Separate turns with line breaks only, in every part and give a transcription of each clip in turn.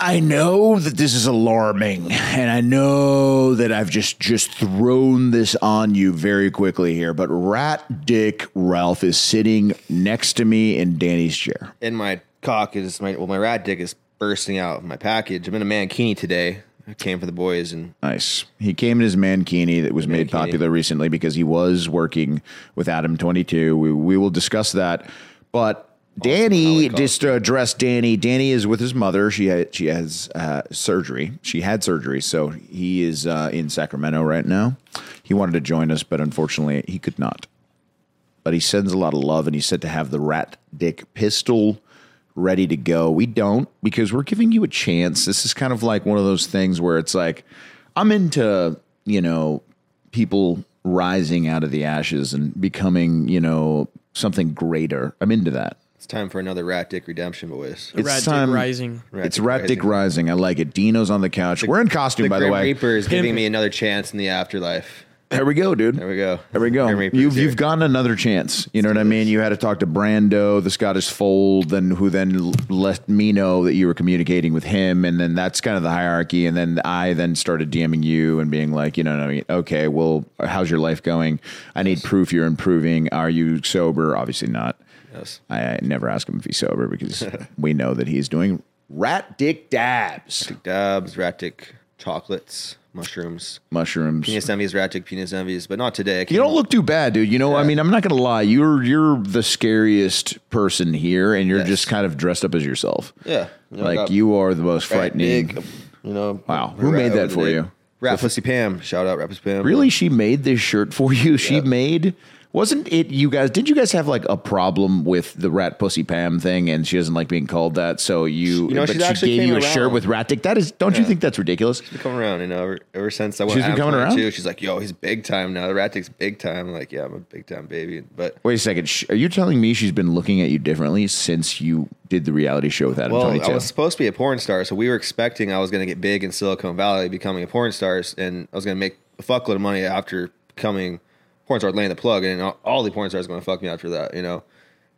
I know that this is alarming, and I know that I've just just thrown this on you very quickly here. But Rat Dick Ralph is sitting next to me in Danny's chair.
and my cock is my well, my rat dick is bursting out of my package. I'm in a mankini today. I came for the boys, and
Nice. He came in his mankini that was made
Mankini.
popular recently because he was working with Adam Twenty Two. We we will discuss that, but. Danny just to address Danny. Danny is with his mother. She had, she has uh, surgery. She had surgery, so he is uh, in Sacramento right now. He wanted to join us, but unfortunately, he could not. But he sends a lot of love, and he said to have the Rat Dick pistol ready to go. We don't because we're giving you a chance. This is kind of like one of those things where it's like, I'm into, you know, people rising out of the ashes and becoming, you know, something greater. I'm into that.
it's time for another rat dick redemption, boys.
It's
Rat Dick
time.
Rising.
it's Rat Dick Rising. I like it. Dino's on the couch. We're in costume,
The
by the
Grim
way.
Reaper is giving
Pimp-
me another chance in the afterlife.
There we go, dude.
There we go.
There we go.
Grim Reaper
You've
is here.
you've gotten another chance. You know what I mean. You had to talk to Brando, the Scottish fold, then who then l- let me know that you were communicating with him, and then that's kind of the hierarchy. And then I then started DMing you and being like, you know, what I mean, okay, well, how's your life going? I need proof you're improving. Are you sober? Obviously not.
Yes.
I, I never ask him if he's sober because we know that he's doing rat dick dabs,
Dabs, rat dick chocolates, mushrooms,
mushrooms.
penis envies, rat dick penis envies, but not today. I
You don't look too bad, dude. You know, I mean, I'm not gonna lie. You're you're the scariest person here, and you're
Yes.
just kind of dressed up as yourself.
Yeah. You know, I
like
got
you are the most
rat
frightening.
dick, You know.
Wow.
a
Who
rat
made that
over the
for
dick.
you?
Rat pussy Pam. Shout out, rat pussy Pam.
Really, she made this shirt for you. She
Yeah.
made. Wasn't it you guys? Did you guys have like a problem with the rat pussy Pam thing, and she doesn't like being called that? So you,
You know,
but she
she's actually
gave
came
you a
around.
shirt with rat dick. That is, don't you think that's ridiculous?
Come around, you know. Ever, ever since I went,
She's been
Am
coming around?
22, She's like, "Yo, he's big time now. The rat dick's big time." I'm like, yeah, I'm a big time baby, but
Wait a second. sh- Are you telling me she's been looking at you differently since you did the reality show with Adam
Well,
Twenty Two?
I was supposed to be a porn star, so we were expecting I was going to get big in Silicon Valley, becoming a porn star, and I was going to make a fuckload of money after becoming porn star, laying the plug, and all, all the porn stars going to fuck me after that, you know.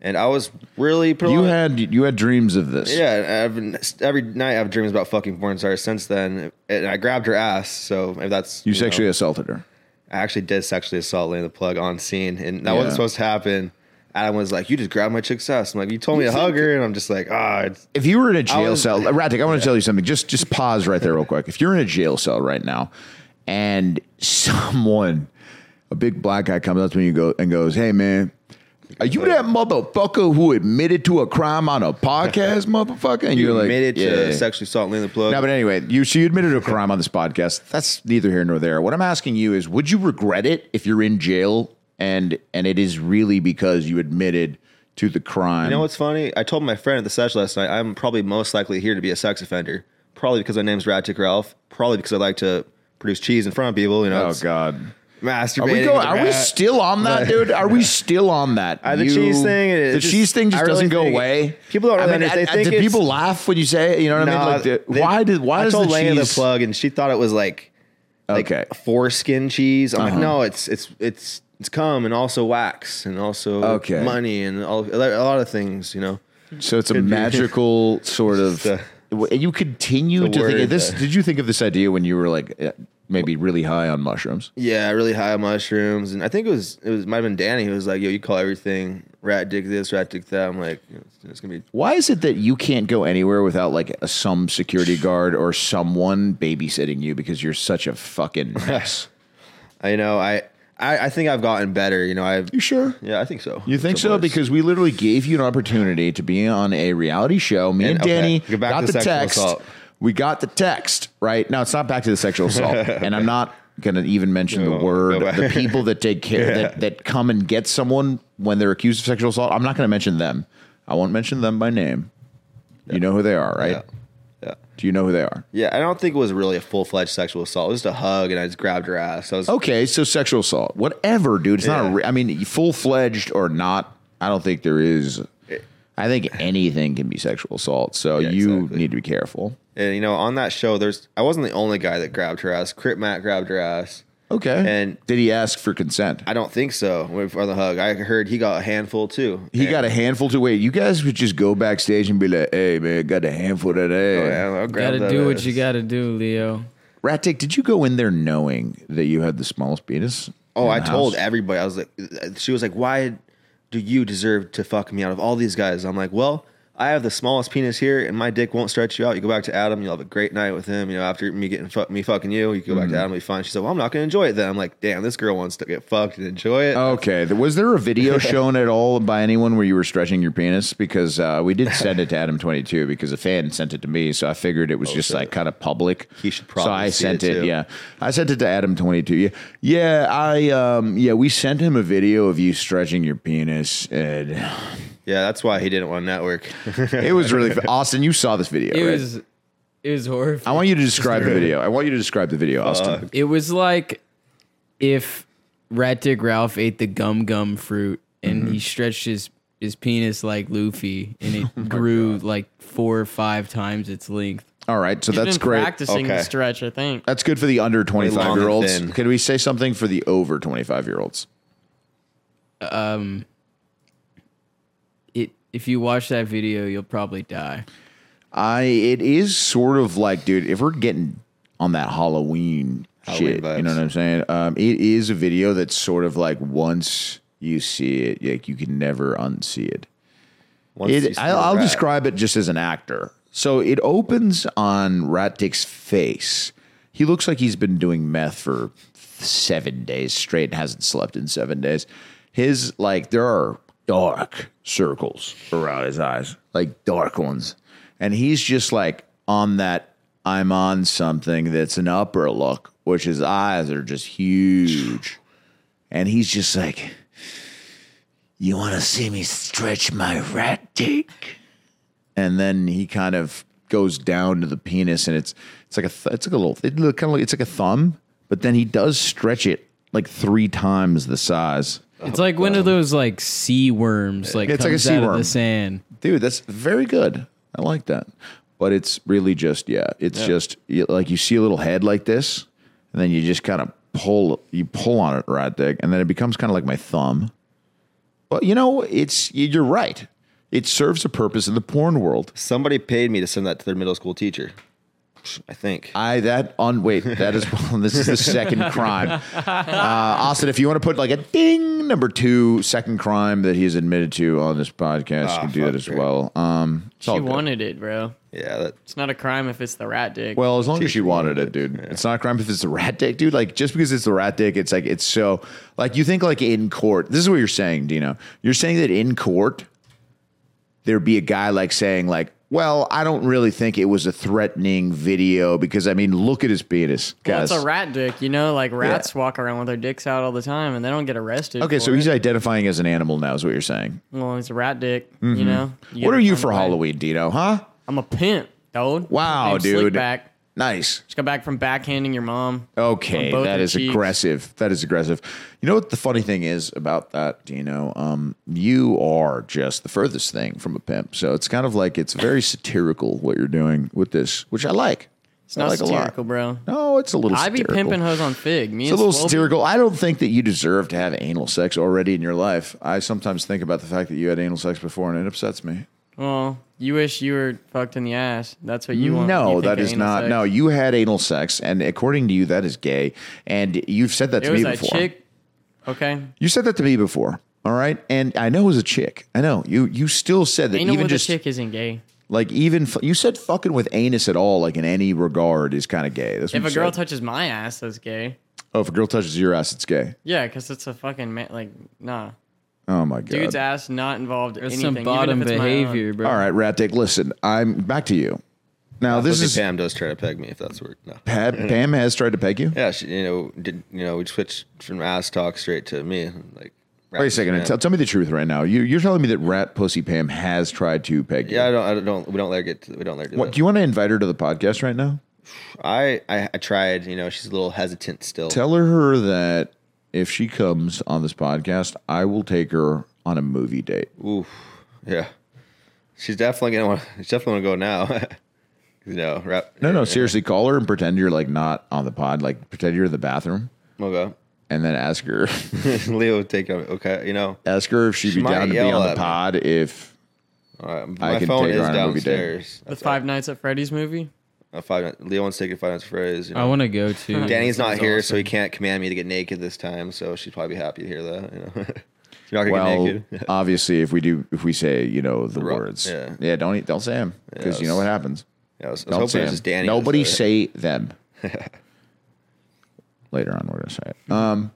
And I was really put a
You
lot-
had you had dreams of this.
yeah. I've, been- every night I have dreams about fucking porn stars since then, and I grabbed her ass. So if that's
You
know,
sexually assaulted her.
I actually did sexually assault laying the plug on scene, and that
Yeah.
wasn't supposed to happen. Adam was like, "You just grabbed my chick's ass." I'm like, "You told me to hug her," and I'm just like, "Ah, it's
If you were in a jail
was-
cell, Ratic, I want to tell you something. Just just pause right there, real quick. If you're in a jail cell right now, and someone, a big black guy, comes up to me and go and goes, "Hey, man." Are you that motherfucker who admitted to a crime on a podcast, motherfucker? And you're like,
admitted
"Yeah."
to sexually assault laying the plug."
No, but anyway, you she admitted a crime on this podcast. That's neither here nor there. What I'm asking you is, would you regret it if you're in jail and and it is really because you admitted to the crime?
You know what's funny? I told my friend at the sesh last night, I'm probably most likely here to be a sex offender. Probably because my name's Rattick Ralph. Probably because I like to produce cheese in front of people. You know,
oh
it's
God.
masturbating.
Are we
with
going?
a
Are we
rat.
still on that, dude? Are we still on that?
Uh, the cheese thing, it-
the
it just-
cheese thing just
I really
doesn't go
think-
away.
people don't really
I mean,
understand.
I-
They
I-
think
do people
it's-
laugh when you say it? You know what I mean?
Nah,
Like, the,
they-
why did why
I
does
told
the
Lana
cheese?
the plug, and she thought it was like, like
Okay. Uh-huh.
foreskin cheese. I'm like, no, it's it's it's it's cum and also wax and also
Okay.
money and all, a lot of things. You know,
So it's a magical sort of.
Just, uh,
and you continue
the
to think of
word,
this.
uh,
Did you think of this idea when you were like eh, maybe really high on mushrooms?
Yeah, really high on mushrooms, and I think it was it was might have been Danny who was like, "Yo, you call everything rat dick this, rat dick that." I'm like, you know, it's, it's gonna be
Why is it that you can't go anywhere without like a, some security guard or someone babysitting you because you're such a fucking mess?
I know I, I I think I've gotten better. You know I
you sure?
yeah I think so.
You think
Some
so?
boys.
Because we literally gave you an opportunity to be on a reality show. Me and,
And- okay,
Danny
go back
got
to
the
sexual
text.
assault.
We got the text, right? Now it's not back to the sexual assault. and I'm not going to even mention
No,
the word.
go back.
The people that take care, that, that come and get someone when they're accused of sexual assault, I'm not going to mention them. I won't mention them by name. You know who they are, right?
yeah, yeah,
Do you know who they are?
yeah. I don't think it was really a full fledged sexual assault. It was just a hug, and I just grabbed her ass. I was
Okay, so sexual assault, whatever, dude. It's not. A
Yeah.
re- I mean, full fledged or not, I don't think there is. I think anything can be sexual assault, so
Yeah,
you
exactly.
need to be careful.
and you know on that show, there's I wasn't the only guy that grabbed her ass. Crip Matt grabbed her ass.
Okay.
And
did he ask for consent?
I don't think so. For the hug, I heard he got a handful too.
He got a handful to wait. You guys would just go backstage and be like, "Hey, man, got a handful
Oh,
today."
got
Gotta do what you gotta do, Leo.
Rat Dick, did you go in there knowing that you had the smallest penis?
Oh,
in
I
the
told
house?
everybody. I was like, she was like, why do you deserve to fuck me out of all these guys? I'm like, well, I have the smallest penis here, and my dick won't stretch you out. You go back to Adam, you'll have a great night with him. You know, after me getting fuck me fucking you, you go
Mm-hmm.
back to Adam, it'll be fine. She said, well, I'm not gonna enjoy it then. I'm like, damn, this girl wants to get fucked and enjoy it.
Okay. Th- Was there a video shown at all by anyone where you were stretching your penis? Because uh, we did send it to Adam22 because a fan sent it to me. So I figured it was just like kind of public.
Oh, He should
So I
probably see
sent
it,
it.
too.
yeah. I sent it to Adam22. Yeah. Yeah. I, um, yeah, we sent him a video of you stretching your penis. And
Yeah, that's why he didn't want to network.
it was really, Austin, you saw this video.
It
right?
was it was horrible.
I want you to describe the video. I want you to describe the video, Austin.
It was like if Rat Dick Ralph ate the gum gum fruit and
Mm-hmm.
he stretched his his penis like Luffy and
Oh
it grew like four or five times its length.
All right. So that's
been
great.
Practicing
Okay.
the stretch, I think.
That's good for the under 25 year olds.
thin.
Can we say something for the over 25 year olds?
It if you watch that video, you'll probably die.
I it is sort of like, dude, if we're getting on that Halloween,
Halloween
shit, you
vibes.
know what I'm saying? Um, it is a video that's sort of like once you see it, like you can never unsee it.
Once you
It,
see
I,
the
I'll
rat.
describe it just as an actor. So it opens on Rat Dick's face. He looks like he's been doing meth for seven days straight and hasn't slept in seven days. His like there are dark circles around his eyes, like dark ones, and he's just like on that. I'm on something that's an upper look, which his eyes are just huge, and he's just like. You want to see me stretch my rat dick? And then he kind of goes down to the penis, and it's it's like a th- it's like a little it look kind of like, it's like a thumb, but then he does stretch it like three times the size.
It's like one of those like sea worms like
Oh, It's like a
comes
sea
out of
worm.
the sand.
Dude, that's very good. I like that. But it's really just yeah, it's just you, like you see a little head like this, and then you just kind of pull you pull on it right dick, and then it becomes kind of like my thumb. But you know, it's you're right. It serves a purpose in the porn world.
Somebody paid me to send that to their middle school teacher. I think.
I that on wait that is this is the second crime. Uh, Austin, if you want to put like a ding number two second crime that he's admitted to on this podcast, you
Ah,
can do that
fuck
as
her.
well. Um, it's all
She
good.
wanted it, bro.
yeah, that,
It's not a crime if it's the rat dick.
Well, as long as she wanted it, dude. It's not a crime if it's the rat dick, dude. Like just because it's the rat dick, it's like it's so like you think like in court. This is what you're saying, Dino. You're saying that in court there'd be a guy like saying like, "Well, I don't really think it was a threatening video because I mean, look at his penis,
Well,
guys."
it's a rat dick, you know. Like rats walk around with their dicks out all the time, and they don't get arrested.
Okay,
for
so
it.
he's identifying as an animal now, is what you're saying.
well, he's a rat dick. You know. You
Mm-hmm. what
gotta
are you
find
for
a way.
Halloween, Dino? Huh?
I'm a pimp, dude.
Wow,
Name's Slick
dude. Oh,
Back.
Nice.
Just got back from backhanding your mom.
Okay,
On both
that
the
is
cheeks.
aggressive. That is aggressive. You know what the funny thing is about that, Dino? Um, you are just the furthest thing from a pimp. So it's kind of like it's very satirical what you're doing with this, which I like.
It's not
I like a
satirical,
lot.
bro.
No, it's a little.
I be
satirical.
pimping hoes on fig. Me
It's a
and
little
Swope-
satirical. I don't think that you deserve to have anal sex already in your life. I sometimes think about the fact that you had anal sex before, and it upsets me.
Well, you wish you were fucked in the ass. That's what you want. You
No,
think
that
of
is
anal
not.
sex.
No, you had anal sex, and according to you, that is gay. And you've said that
It
to
was
me
that
before.
chick. Okay.
You said that to me before. All right, and I know it was a chick. I know you. You still said that
Anal
even
with
just
a chick isn't gay.
like even f- you said fucking with anus at all, like in any regard, is kind of gay. That's what
If
you
a girl
said.
touches my ass, that's gay.
oh, if a girl touches your ass, it's gay.
Yeah, because it's a fucking man. Like, nah.
Oh my god.
Dude's ass not involved in
There's
anything.
some
even
bottom
if it's my uh,
behavior,
own.
bro.
all right, rat dick. Listen, I'm back to you. Now this
Lizzie
is Pam.
Pam does try to peg me if that's weird. No.
Pam has tried to peg you.
Yeah, she, you know, did you know we switched from ass talk straight to me. Like,
Wait a second. Tell, tell me the truth right now. You, you're telling me that rat pussy Pam has tried to peg you.
Yeah, I don't, I don't. We don't let her get. To, we don't let her do
What,
that.
do you want to invite her to the podcast right now?
I, I I tried. You know, she's a little hesitant still.
Tell her that if she comes on this podcast, I will take her on a movie date.
Oof. Yeah, she's definitely gonna. Want, she's definitely gonna go now. you know, rap,
No, no, seriously, call her and pretend you're like not on the pod. Like pretend you're in the bathroom.
Okay.
and then ask her
Leo would take it. Okay. You know,
ask her if she'd
She
be
might
down to be
yell
on
at
the
me.
pod if
all right.
I
My
can
phone
take her
is
on a movie date.
downstairs.
The Five Nights at Freddy's movie.
A five night, Leo wants to take it five nights at Freddy's. You
I
know?
want to go to
Danny's not
Sounds
here,
awesome.
so he can't command me to get naked this time. So she'd probably be happy to hear that. You know, you're not gonna get
well
naked.
obviously if we do if we say you know the
Ru-
words
yeah.
don't eat don't say them because you know
it's-
what happens
Yeah, I was, I was
don't
hoping
say
it was
them
just Danny. that
nobody
said
say them later on we're gonna say it um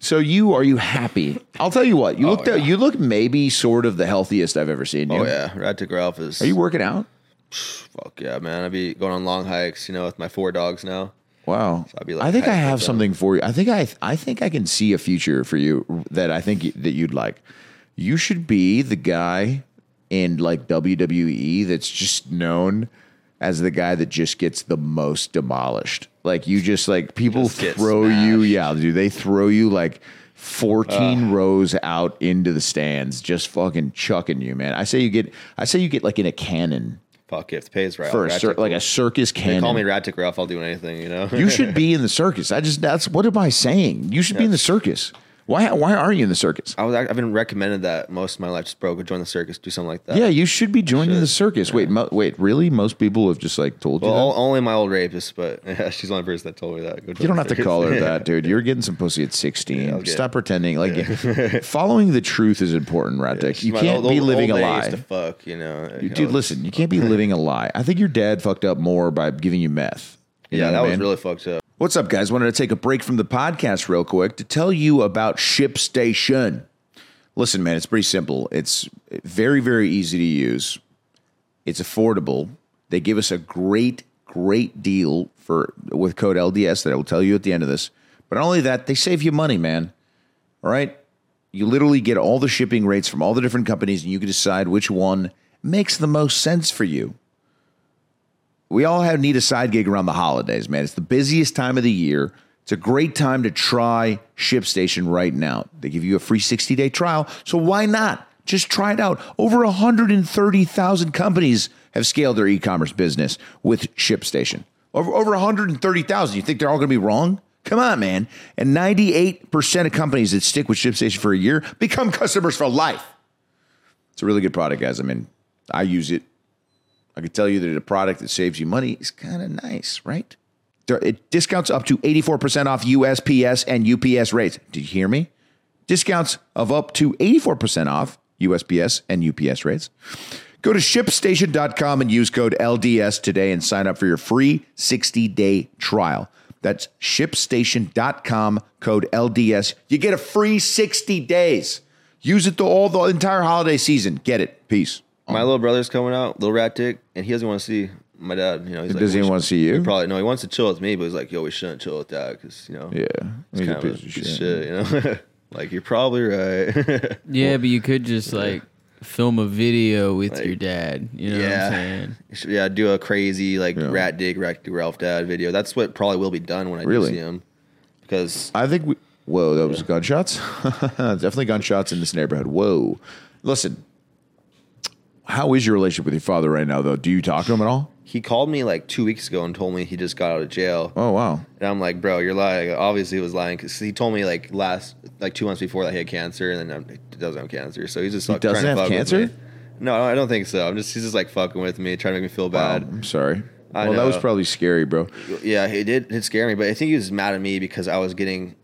so you are you happy I'll tell you what you look
Oh, yeah.
you look maybe sort of the healthiest I've ever seen you
it. Oh yeah, Rat to Ralph is.
are you working out
Fuck yeah, man! I'd be going on long hikes. You know, with my four dogs now.
Wow.
I'd be, like,
I think I
hyped
have
up.
something for you. I think I I think I can see a future for you that I think y- that you'd like. You should be the guy in like WWE that's just known as the guy that just gets the most demolished. Like you just like people
Just get
throw you, yeah, dude, they throw you like 14 rows out into the stands just fucking chucking you, man. I say you get I say you get like in a cannon
Fuck if the pays right.
for a
Rat
cir-
to-
like a circus
They
cannon.
call me Rat to Ralph. I'll do anything. You know.
You should be in the circus. I just that's what am I saying? You should be in the circus. Why why aren't you in the circus?
I was. I've been recommended that most of my life. Just bro, go join the circus, do something like that.
Yeah, you should be joining the circus. Wait, mo- wait, really? Most people have just like told you.
Well,
that?
o- only my old rapist, but she's the only person that told me that. Go join
You don't
the
have to
circus.
call her that, dude. You're getting some pussy at 16.
I'll get-
Stop pretending. Like following the truth is important, Rat Dick.
She's
You
my
can't
old-
be
old-
living a
old lady
lie.
used to fuck, you know.
You-
I
Dude,
was-
listen, you can't be living a lie. I think your dad fucked up more by giving you meth. You
Yeah,
know
that
what I
was
mean?
really fucked up.
What's up, guys? Wanted to take a break from the podcast real quick to tell you about ShipStation. Listen, man, it's pretty simple. It's very, very easy to use. It's affordable. They give us a great, great deal for with code LDS that I will tell you at the end of this. But not only that, they save you money, man. All right. You literally get all the shipping rates from all the different companies, and you can decide which one makes the most sense for you we all have need a side gig around the holidays, man. It's the busiest time of the year. It's a great time to try ShipStation right now. They give you a free 60 day trial, so why not? Just try it out. Over 130,000 companies have scaled their e commerce business with ShipStation. Over, over 130,000. You think they're all going to be wrong? Come on, man. And 98% of companies that stick with ShipStation for a year become customers for life. It's a really good product, guys. I mean, I use it. I can tell you that a product that saves you money is kind of nice, right? There- It discounts up to 84% off USPS and UPS rates. Did you hear me? Discounts of up to 84% off USPS and UPS rates. Go to shipstation.com and use code LDS today and sign up for your free 60 day trial. That's shipstation.com, code LDS. You get a free 60 days. Use it the, all the entire holiday season. Get it. Peace.
My little brother's coming out, little rat dick, and he doesn't want to see my dad. You know, he's like,
Does
we
he want to
should-
see you?
Probably no. He wants to chill with me, but he's like, "Yo, we shouldn't chill with that because you know,
Yeah, he's
it's
a
kind of a
piece of
piece of
shit.
shit." You know, like you're probably right.
Yeah, but you could just like film a video with your dad. You know what I'm
yeah,
saying?
yeah. Do a crazy like rat dick, rat dick, Ralph dad video. That's what probably will be done when I
Really?
do see him because
I think we. Whoa, that was gunshots. Definitely gunshots in this neighborhood. Whoa, listen. How is your relationship with your father right now, though? Do you talk to him at all?
he called me like two weeks ago and told me he just got out of jail.
Oh wow,
And I'm like, bro, you're lying. Obviously, he was lying because he told me like last, like two months before that he had cancer, and then um, he doesn't have cancer. So he's just like
doesn't have
trying to fuck
cancer?
With me. No, I don't think so. I'm just he's just like fucking with me, trying to make me feel
wow.
bad.
I'm sorry.
I
well, that was
know.
probably scary, bro.
Yeah, it did. It scared me, but I think he was mad at me because I was getting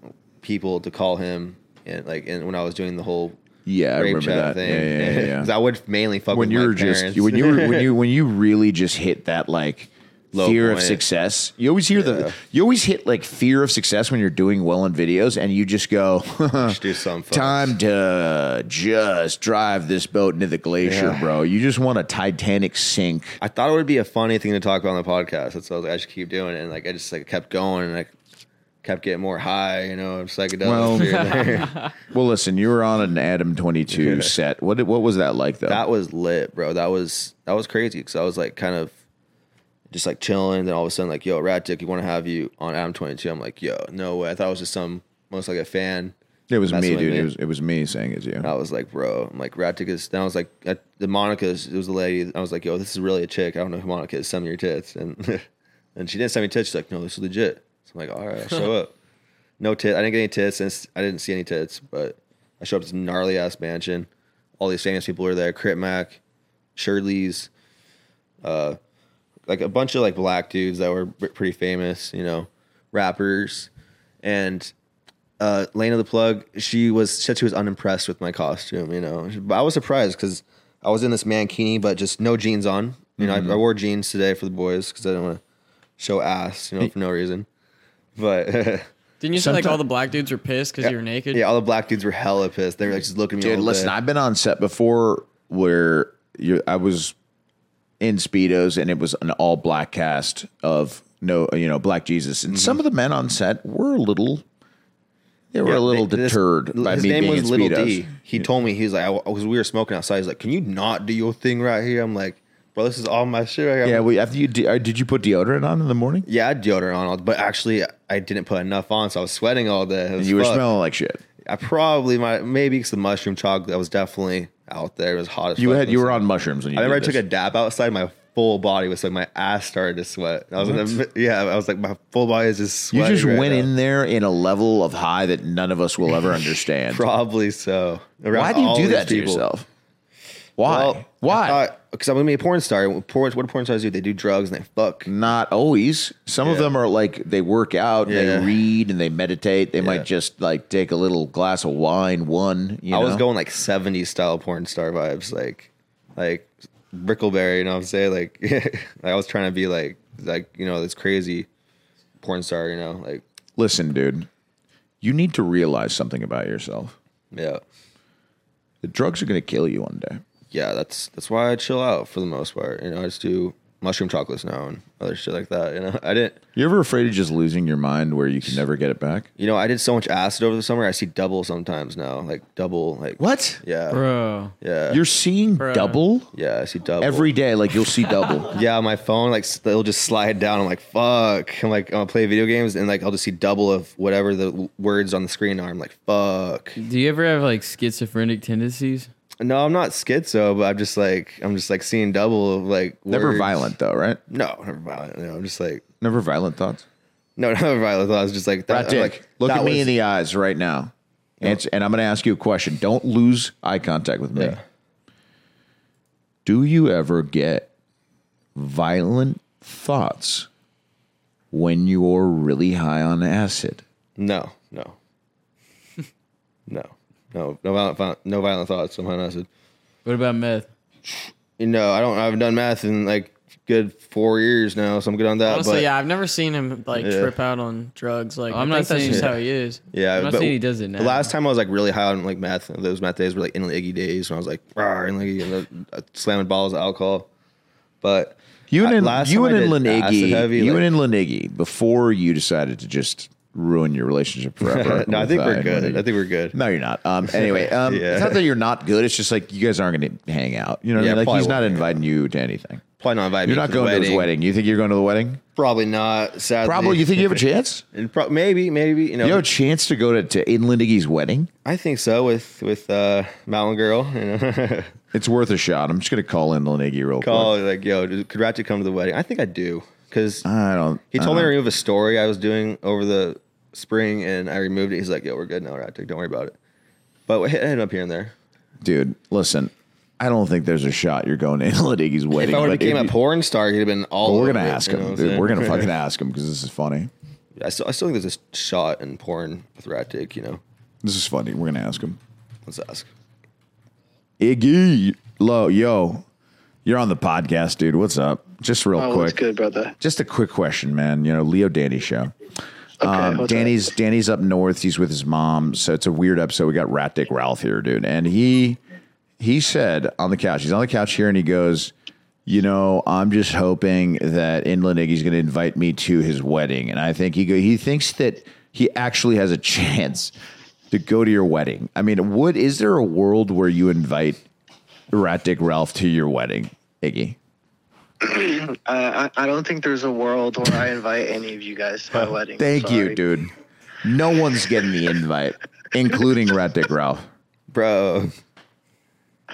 people to call him and like, and when I was doing the whole
Yeah, I
rape
remember
chat
that.
thing,
Yeah, yeah, yeah, yeah.
'Cause I would mainly fuck
When
with
you
my
were just
parents.
when you were when you when you really just hit that like
Low
fear of
point.
success, you always hear the you always hit like fear of success when you're doing well in videos, and you just go,
Just do some fucks.
Time to just drive this boat into the glacier,
Yeah.
bro. You just want a Titanic sink.
I thought it would be a funny thing to talk about on the podcast. That's why I was like, I should keep doing it. And like, I just like kept going and I kept getting more high, you know, psychedelic.
Well-
Well,
Well, listen, you were on an Adam Twenty Two set. What did- what was that like though?
that was lit, bro. That was, that was crazy. Cause I was like kind of just like chilling. Then all of a sudden like, yo, Rat Dick, you want to have you on Adam 22. I'm like, yo, no way. I thought it was just some, most like a fan.
it was
that's
me,
what I
dude. It
mean.
was it was me saying it's you.
And I was like, bro, I'm like, Rat Dick is, then I was like, at the Monica's, it was the lady. I was like, yo, this is really a chick. I don't know who Monica is. Send me your tits. And, and she didn't send me tits. She's like, no, this is legit. So I'm like, all right, I'll show up. No tit. I didn't get any tits, and it's- I didn't see any tits. But I showed up to this gnarly ass mansion. All these famous people were there. Crit Mac, Shirley's, uh, like a bunch of like black dudes that were pr- pretty famous. You know, rappers, and uh, Lane of the Plug. She was said she was unimpressed with my costume. You know, but I was surprised because I was in this mankini, but just no jeans on. You know,
Mm-hmm.
I, I wore jeans today for the boys because I didn't want to show ass. You know, for no reason. But
Didn't you say like
Sometime-
all the black dudes were pissed because you were naked?
Yeah, all the black dudes were hella pissed. They were like just looking at me.
Dude,
all
listen,
day.
I've been on set before where you I was in speedos and it was an all black cast of no, you know, black Jesus, and some of the men on set were a little. They were
Mm-hmm. Yeah,
a little
they- this-
deterred by
his
me
name
being in
was Little
speedos.
D. He told me he's like, because we were smoking outside. He's like, "Can you not do your thing right here?" I'm like, "Bro, this is all my shit." Right here.
Yeah, we, after you de- uh, did you put deodorant on in the morning?
yeah, I had deodorant on, all- but actually, I didn't put enough on, so I was sweating all day. It was
You were
fucked.
smelling like shit.
I probably might, maybe it's the mushroom chocolate. I was definitely out there. It was hot. As
You
fuck.
had you were on mushrooms when you.
I remember I
did
took a
this.
dab outside. My full body was like my ass started to sweat. I was in the, yeah, I was like my full body is just
You
sweating.
just
right
went
now.
in there in a level of high that none of us will ever understand.
Probably so. Around
Why do you
all
do
these
that to
people.
yourself? Why? Why?
Because I'm gonna be a porn star. Porn, what do porn stars do? They do drugs and they fuck.
Not always. Some of
Yeah.
them are like they work out, and
Yeah.
they read, and they meditate. They
Yeah.
might just like take a little glass of wine, one. You
I was
know?
going like 70s style porn star vibes, like like Brickleberry. You know what I'm saying? Like, I was trying to be like like you know this crazy porn star. You know, like
Listen, dude, you need to realize something about yourself.
yeah,
The drugs are going to kill you one day.
yeah. That's that's why I chill out for the most part. You know, I just do mushroom chocolates now and other shit like that. You know, I didn't.
You ever afraid of just losing your mind where you can never get it back?
You know, I did so much acid over the summer. I see double sometimes now, like double, like
What?
Yeah,
bro.
yeah,
You're seeing
Bruh.
double
yeah. I see double
every day. Like you'll see double.
Yeah, my phone like s- it'll just slide down. I'm like, fuck. I'm like, I'll play video games and like I'll just see double of whatever the w- words on the screen are. I'm like, fuck.
Do you ever have like schizophrenic tendencies?
No, I'm not schizo, but I'm just like, I'm just like seeing double of like
never
words.
violent though, right?
No, never violent. No, I'm just like,
Never violent thoughts.
no, never violent. I was just like,
Rat
I'm
Dick,
like,
look
that
at me
was-
in the eyes right now. And, it's- and I'm going to ask you a question. Don't lose eye contact with me.
Yeah.
Do you ever get violent thoughts when you're really high on acid?
No, no, no, no, no violent, violent, no violent thoughts. I'm on acid.
What about meth?
You know, I don't. I haven't done math in like good four years now, so I'm good on that.
Honestly,
but
yeah, I've never seen him like trip out on drugs. Like
Oh, I'm not
I think that's
saying-
just how he is.
Yeah,
I'm not saying he does it now.
The last time I was like really high on like meth, those meth days were like inland Iggy days when I was like, "Rawr," and like you know, uh, slamming bottles of alcohol. But
You and,
I-
in,
last
you
time
and
I did
Inland
acid
Iggy,
heavy,
you
like-
and Inland Iggy, before you decided to just ruin your relationship forever.
no, I
with,
think
uh,
we're
Inland
good.
Iggy.
I think we're good.
No, you're not. Um, anyway, um,
Yeah.
it's not that you're not good. It's just like you guys aren't going to hang out. You know what
Yeah,
I mean? Like
probably
he's not
won't.
inviting you to anything.
Probably not inviting.
You're
me
not
to
going
the
to his wedding. You think you're going to the wedding?
Probably not. Sadly,
Probably. You think you have a chance?
And pro- maybe, maybe you know.
You have a chance to go to, to Inland Iggy's wedding?
I think so with with uh, Mountain Girl. You know,
It's worth a shot. I'm just going to call Inland Iggy real
call
quick.
like, "Yo, dude, could Ratchet come to the wedding?" I think I do because
I don't.
he
I
told me to
don't-
remove a story I was doing over the spring, and I removed it. He's like, "Yo, we're good now, Ratchet. Don't worry about it." But hit hit him up here and there.
dude. Listen, I don't think there's a shot you're going to Inland Iggy's wedding.
If I would have
but if
became a
you-
porn star, he'd have been all.
Well, we're
over
gonna
it,
ask
you know
him,
what
dude.
I'm
We're gonna
saying?
fucking ask him because this is funny.
I still, I still think there's a shot in porn with Rat Dick. You know,
This is funny. We're gonna ask him.
let's ask.
Iggy, lo, yo, you're on the podcast, dude. What's up? Just real
Oh, what's
quick.
good, brother?
Just a quick question, man. You know, Leo Danny show.
Okay,
Um,
what's up?
Danny's Danny's up north. He's with his mom, so it's a weird episode. We got Rat Dick Ralph here, dude, and he he said on the couch. He's on the couch here, and he goes, "You know, I'm just hoping that Inland Iggy's going to invite me to his wedding." And I think he go he thinks that he actually has a chance to go to your wedding. I mean, what is there a world where you invite Rat Dick Ralph to your wedding, Iggy?
Uh, I, I don't think there's a world where I invite any of you guys to my wedding.
Thank you,
Sorry.
dude. No one's getting the invite, including Rat Dick Ralph.
Bro,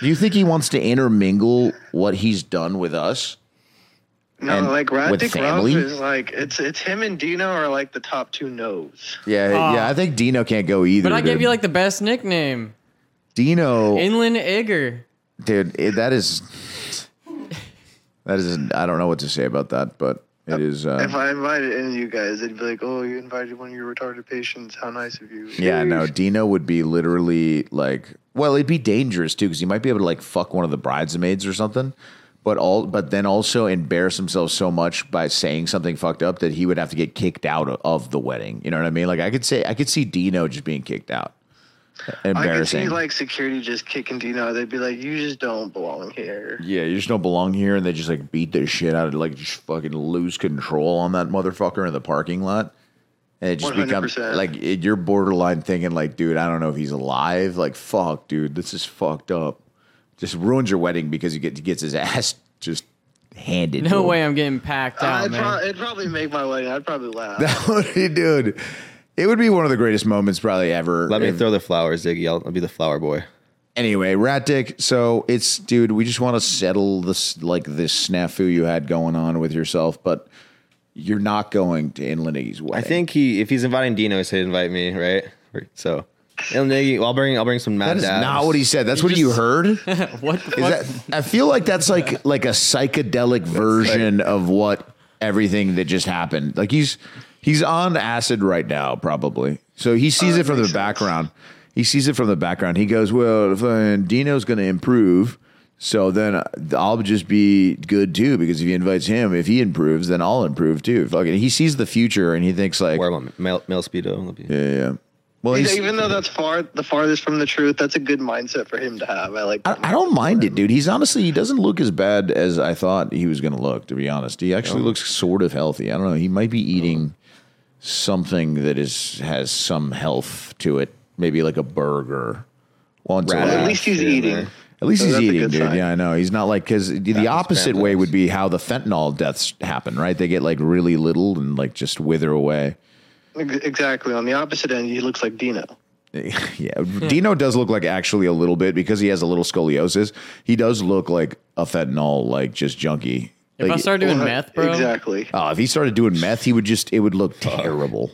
Do you think he wants to intermingle what he's done with us?
No,
and
like Rat
with
Dick Ralph
family?
is like it's it's him and Dino are like the top two no's.
Yeah, yeah.
Aw.
I think Dino can't go either.
Ah. But I gave
dude.
you like the best nickname,
Dino,
Inland Igger.
dude. It, that is that is. I don't know what to say about that, but it is. Uh,
If I invited any of you guys, they'd be like, "Oh, you invited one of your retarded patients. How nice of you."
yeah, no. Dino would be literally like. Well, it'd be dangerous too because he might be able to like fuck one of the bridesmaids or something. But all, but then also embarrass himself so much by saying something fucked up that he would have to get kicked out of- of the wedding. You know what I mean? Like I could say, I could see Dino just being kicked out.
I could
Embarrassing.
see like security just kicking Dino. They'd be like, "You just don't belong here."
Yeah, you just don't belong here, and they just like beat the shit out of like just fucking lose control on that motherfucker in the parking lot, and it just becomes
100%.
like it, you're borderline thinking like, dude, I don't know if he's alive. Like, fuck, dude, this is fucked up. Just ruins your wedding because he get, gets his ass just handed. to
No
him.
way I'm getting packed out,
I'd
man.
pro- it'd probably make my wedding. I'd probably laugh.
That would be, dude. It would be one of the greatest moments probably ever.
Let me
If-
throw the flowers, Ziggy. I'll, I'll be the flower boy.
anyway, Rat Dick. So it's dude, we just want to settle this like this snafu you had going on with yourself, but you're not going to Inland Iggy's
I
wedding.
think he, if he's inviting Dino, he said invite me, right? So, and Iggy, well, I'll bring, I'll bring some Mad
that is
Dabs.
not what he said. That's what you heard. Is
What the fuck?
that? I feel like that's like like a psychedelic version of what everything that just happened. Like he's he's on acid right now, probably. So he sees
that
it from the
makes sense.
background. He sees it from the background. He goes, "Well, if uh, Dino's going to improve." So then uh, I'll just be good too because if he invites him, if he improves, then I'll improve too. Fucking, he sees the future and he thinks like,
Wear my male, male speedo. It'll be-
yeah, yeah. Well, he's,
Even though that's far the farthest from the truth, that's a good mindset for him to have. I like.
I, I don't mind it, dude. He's honestly he doesn't look as bad as I thought he was going to look. To be honest, he actually looks sort of healthy. I don't know. He might be eating something that is has some health to it. Maybe like a burger once a
Rat
while.
At
ass
least he's
shit,
eating.
man.
At least
So
he's
that's a
eating,
good
dude.
sign.
Yeah, I know. He's not like because the, the opposite way
bad
would
news.
be how the fentanyl deaths happen, right? They get like really little and like just wither away.
Ex- Exactly. On the opposite end, he looks like Dino.
yeah,
Hmm.
Dino does look like actually a little bit because he has a little scoliosis. He does look like a fentanyl like just junkie.
if I
Like,
start doing meth, bro,
Exactly.
Oh, if he started doing meth, he would just it would look terrible.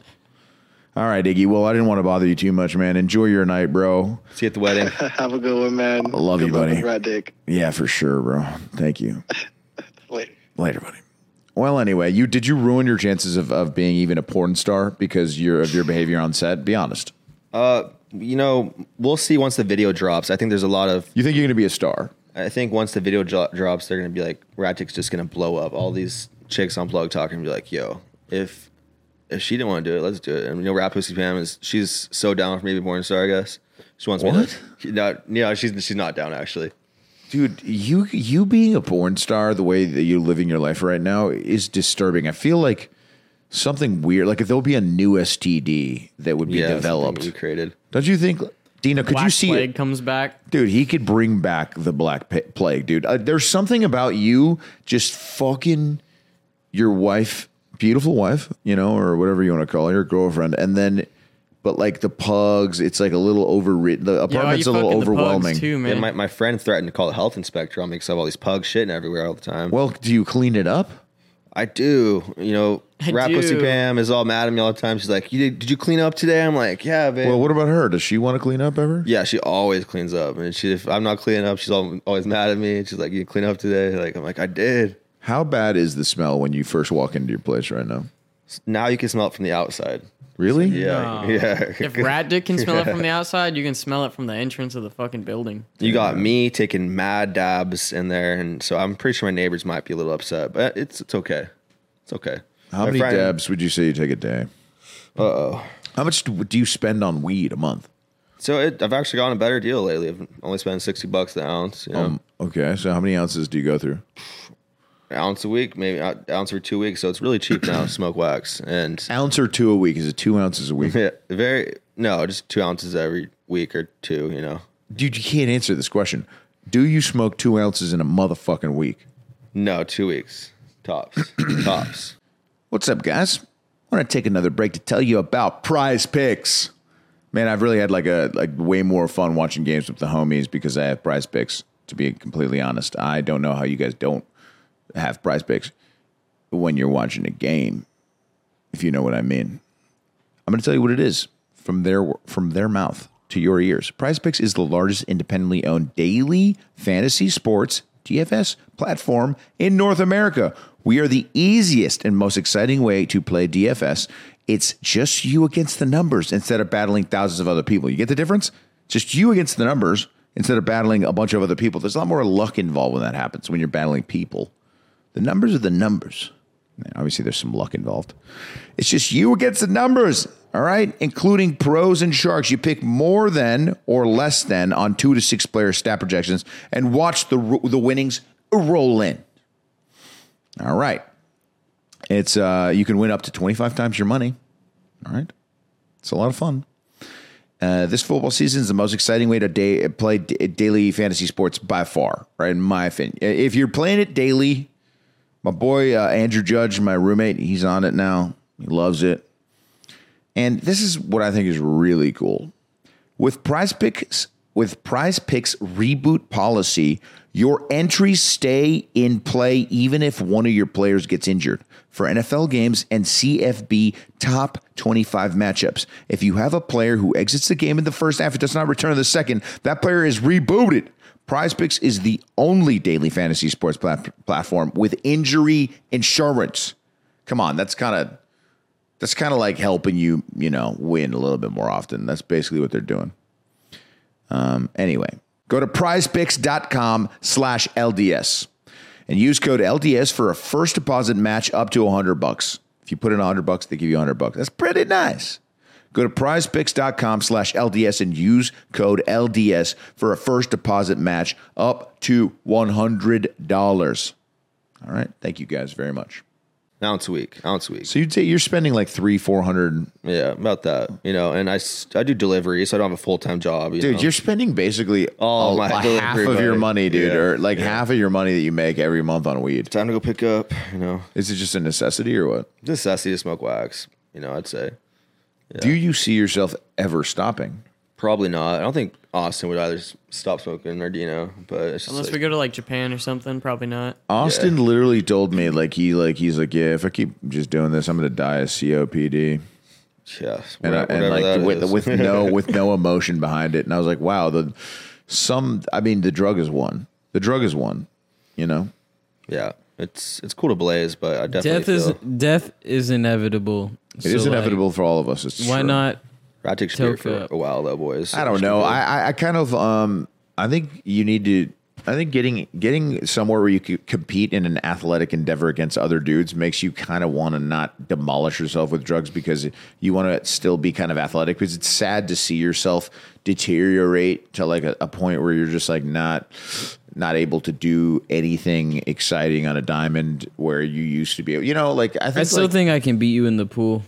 All right, Iggy. Well, I didn't want to bother you too much, man. Enjoy your night, bro.
See you at the wedding.
Have a good one, man. I
love you, buddy.
Red dick.
Yeah, for sure, bro. Thank you.
Later.
Later, buddy. Well, anyway, you did you ruin your chances of, of being even a porn star because your of your behavior on set? Be honest.
you know, we'll see once the video drops. I think there's a lot of.
You think you're gonna be a star?
I think once the video dro- drops, they're gonna be like, Ratchick's just gonna blow up. All these chicks on Blog Talk are gonna be like, yo, if if she didn't want to do it, let's do it. And you know, Rat Pussy Pam is she's so down for me to be born a star. I guess she wants me.
What?
To, she not, yeah, she's she's not down actually.
Dude, you you being a porn star the way that you're living your life right now is disturbing. I feel like something weird. Like if there'll be a new STD that would be
yeah,
developed.
we created.
Don't you think, Dina? Could
Black
you see it?
Plague comes back.
Dude, he could bring back the Black P- Plague, dude. Uh, there's something about you just fucking your wife, beautiful wife, you know, or whatever you want to call her, your girlfriend, and then, but like the pugs, it's like a little overwritten. The
Yo, you
apartment's a little
fucking the pugs
overwhelming.
too,
Yeah,
man.
my, my friend threatened to call the health inspector on me because I have all these pug shitting everywhere all the time.
Well, do you clean it up?
I do. You know,
I
Rat Pussy
do.
Pam is all mad at me all the time. She's like, you did, did you clean up today? I'm like, yeah, babe.
Well, what about her? Does she want to clean up ever?
Yeah, she always cleans up, and she if I'm not cleaning up, she's al- always mad at me. She's like, "You clean up today?" Like I'm like, "I did."
How bad is the smell when you first walk into your place right now?
S- Now you can smell it from the outside.
Really?
Yeah,
No.
yeah.
if Rat Dick can smell it from the outside, you can smell it from the entrance of the fucking building.
you got me taking mad dabs in there, and so I'm pretty sure my neighbors might be a little upset, but it's it's okay. It's okay.
How
My
many
friend-
dabs would you say you take a day?
Uh-oh.
How much do do you spend on weed a month?
So it, I've actually gotten a better deal lately. I've only spent sixty bucks an ounce. You know,
Um, okay, so how many ounces do you go through?
an ounce a week, maybe an ounce for two weeks. So it's really cheap now to smoke wax, and
ounce or two a week. Is it two ounces a week?
yeah, very no, just two ounces every week or two. You know.
Dude, you can't answer this question. Do you smoke two ounces in a motherfucking week?
No, two weeks tops. tops.
What's up, guys? I want to take another break to tell you about Prize Picks. Man, I've really had like a like way more fun watching games with the homies because I have Prize Picks. To be completely honest, I don't know how you guys don't have Prize Picks. when you're watching a game, if you know what I mean. I'm going to tell you what it is from their from their mouth to your ears. Prize Picks is the largest independently owned daily fantasy sports DFS platform in North America. We are the easiest and most exciting way to play DFS. It's just you against the numbers instead of battling thousands of other people. You get the difference? Just you against the numbers instead of battling a bunch of other people. There's a lot more luck involved when that happens when you're battling people. The numbers are the numbers. And obviously, there's some luck involved. It's just you against the numbers, all right? Including pros and sharks. You pick more than or less than on two to six player stat projections and watch the, ro- the winnings roll in. All right. It's uh, you can win up to 25 times your money. All right. It's a lot of fun. Uh, this football season is the most exciting way to day, play d- daily fantasy sports by far, right? In my opinion, if you're playing it daily, my boy uh, Andrew Judge, my roommate, he's on it now. He loves it. And this is what I think is really cool. With Prize Picks, with Prize Picks reboot policy, your entries stay in play even if one of your players gets injured for NFL games and CFB top 25 matchups. If you have a player who exits the game in the first half and does not return in the second, that player is rebooted. Prize Picks is the only daily fantasy sports plat- platform with injury insurance. Come on, that's kind of that's kind of like helping you, you know, win a little bit more often. That's basically what they're doing. Um, anyway, go to prizepicks.com slash LDS and use code LDS for a first deposit match up to 100 bucks. If you put in 100 bucks, they give you 100 bucks. That's pretty nice. Go to prizepicks.com slash LDS and use code LDS for a first deposit match up to $100. All right. Thank you guys very much.
Ounce week, ounce week.
So you'd say you're spending like three, 400
Yeah, about that. You know, and I, s- I do delivery, so I don't have a full time job. You
Dude,
know?
you're spending basically all
Um, oh, my
half
delivery
of your
money.
money, dude,
Yeah.
or like half of your money that you make every month on weed.
time to go pick up. You know,
Is it just a necessity or what?
just sassy to smoke wax. You know, I'd say
Do you see yourself ever stopping?
probably not. I don't think Austin would either s- stop smoking or Dino, but it's just
Unless
like-
we go to like Japan or something, probably not.
Austin literally told me like he like he's like yeah, if I keep just doing this, I'm gonna die of COPD,
yeah,
and, I,
whatever
and like
that
with,
is.
with no with no emotion behind it. And I was like, wow, the some I mean the drug is one, the drug is one, you know.
yeah, it's it's cool to blaze, but I definitely
Death is
feel,
death is inevitable.
It is inevitable for all of us. It's
why
true.
not?
I took spirit
Toke
for
up.
a while though, boys.
I don't know. I, I I kind of um I think you need to I think getting getting somewhere where you could compete in an athletic endeavor against other dudes makes you kind of want to not demolish yourself with drugs because you want to still be kind of athletic because it's sad to see yourself deteriorate to like a, a point where you're just like not not able to do anything exciting on a diamond where you used to be able, you know like I think
I still
like,
think I can beat you in the pool.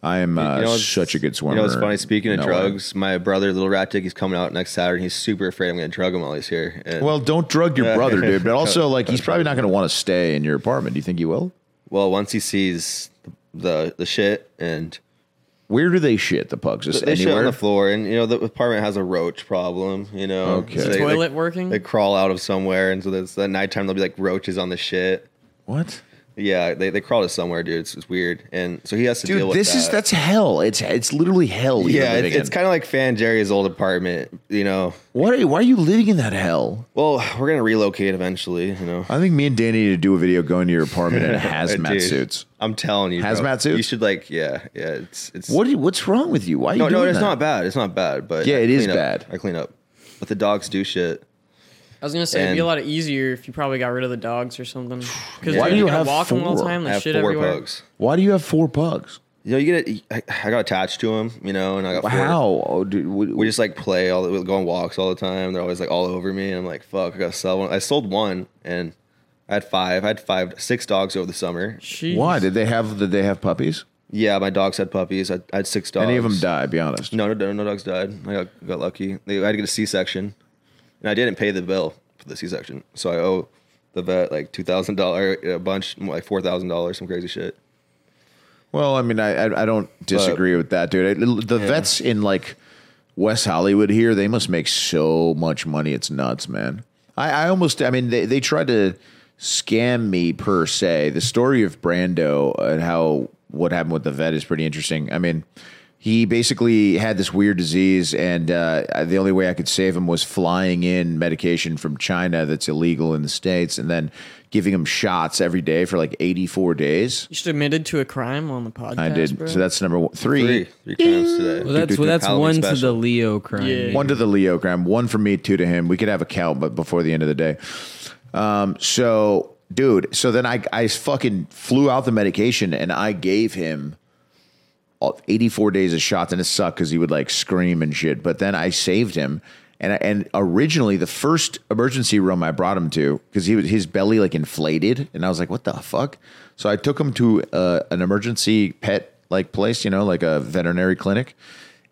I am uh,
You know, it's-
such a good swimmer.
You know, it's funny. Speaking of
No way.
drugs, my brother, little Rattick, he's coming out next Saturday. and He's super afraid I'm going to drug him while he's here. And, well,
Well, don't drug your brother, dude. But also, like, he's probably not going to want to stay in your apartment. Do you think he will?
once he sees the the shit and
Where do they shit the pugs? Just
they shit on
anywhere?
the floor, and you know the apartment has a roach problem. You know,
Okay.
they-
Toilet
They,
working?
they crawl out of somewhere, and so that's at nighttime. There'll be like roaches on the shit.
what?
Yeah, they, they crawl to somewhere, dude. It's, it's weird, and so he has to deal
Dude,
with
this
that.
is that's hell. It's it's literally hell. you're
yeah,
living
it's, it's
in.
kind of like Fan Jerry's old apartment. You know,
What? Are, why are you living in that hell?
well, we're gonna relocate eventually. You know,
I think me and Danny need to do a video going to your apartment in hazmat
Dude,
suits.
I'm telling you, bro.
Hazmat suits?
You should like, yeah, yeah. It's it's
What? do you- What's wrong with you? Why? Are you
No, no,
doing
it's
that?
not bad. It's not bad, but
Yeah,
I
it is
clean up.
bad.
I clean up, but the dogs do shit.
I was gonna say it'd
And-
be a lot easier if you probably got rid of the dogs or something. Because
Why do you have
walk them all the
four?
time?
I
They
have
shit
four
everywhere.
pugs.
Why do you have four pugs?
You know, you get it. I, I got attached to them, you know, and I got four.
How? Oh, dude,
We just like play all. We go on walks all the time. They're always like all over me, and I'm like, fuck, I gotta sell one. I sold one, and I had five. I had five, six dogs over the summer.
Jeez.
why did they have? Did they have puppies?
Yeah, my dogs had puppies. I, I had six dogs.
Any of them die? Be honest.
No, no, no, no dogs died. I got, got lucky. They, I had to get a C-section, and I didn't pay the bill for the C-section, so I owe the vet like two thousand dollar a bunch, like four thousand dollars, some crazy shit.
Well, I mean, I I, I don't disagree with that, dude. It- the vets in like West Hollywood here, they must make so much money. It's nuts, man. I, I almost, I mean, they, they tried to scam me per se. The story of Brando and how what happened with the vet is pretty interesting. I mean, he basically had this weird disease, and uh, the only way I could save him was flying in medication from China that's illegal in the states, and then giving him shots every day for like eighty-four days.
You just admitted to a crime on the podcast.
I did.
Bro.
So that's number one,
Three, three times today.
Well, that's well, that's
Halloween
one to the
special.
Leo crime.
Yeah.
One to the Leo Graham, one for me, two to him. We could have a count, but before the end of the day. Um, so, dude, so then I, I fucking flew out the medication and I gave him all- 84 days of shots and it sucked because he would like scream and shit. But then I saved him. And, I- and originally, the first emergency room I brought him to, because he was his belly like inflated, and I was like, "What the fuck?" So I took him to uh, an emergency pet like place, you know, like a veterinary clinic,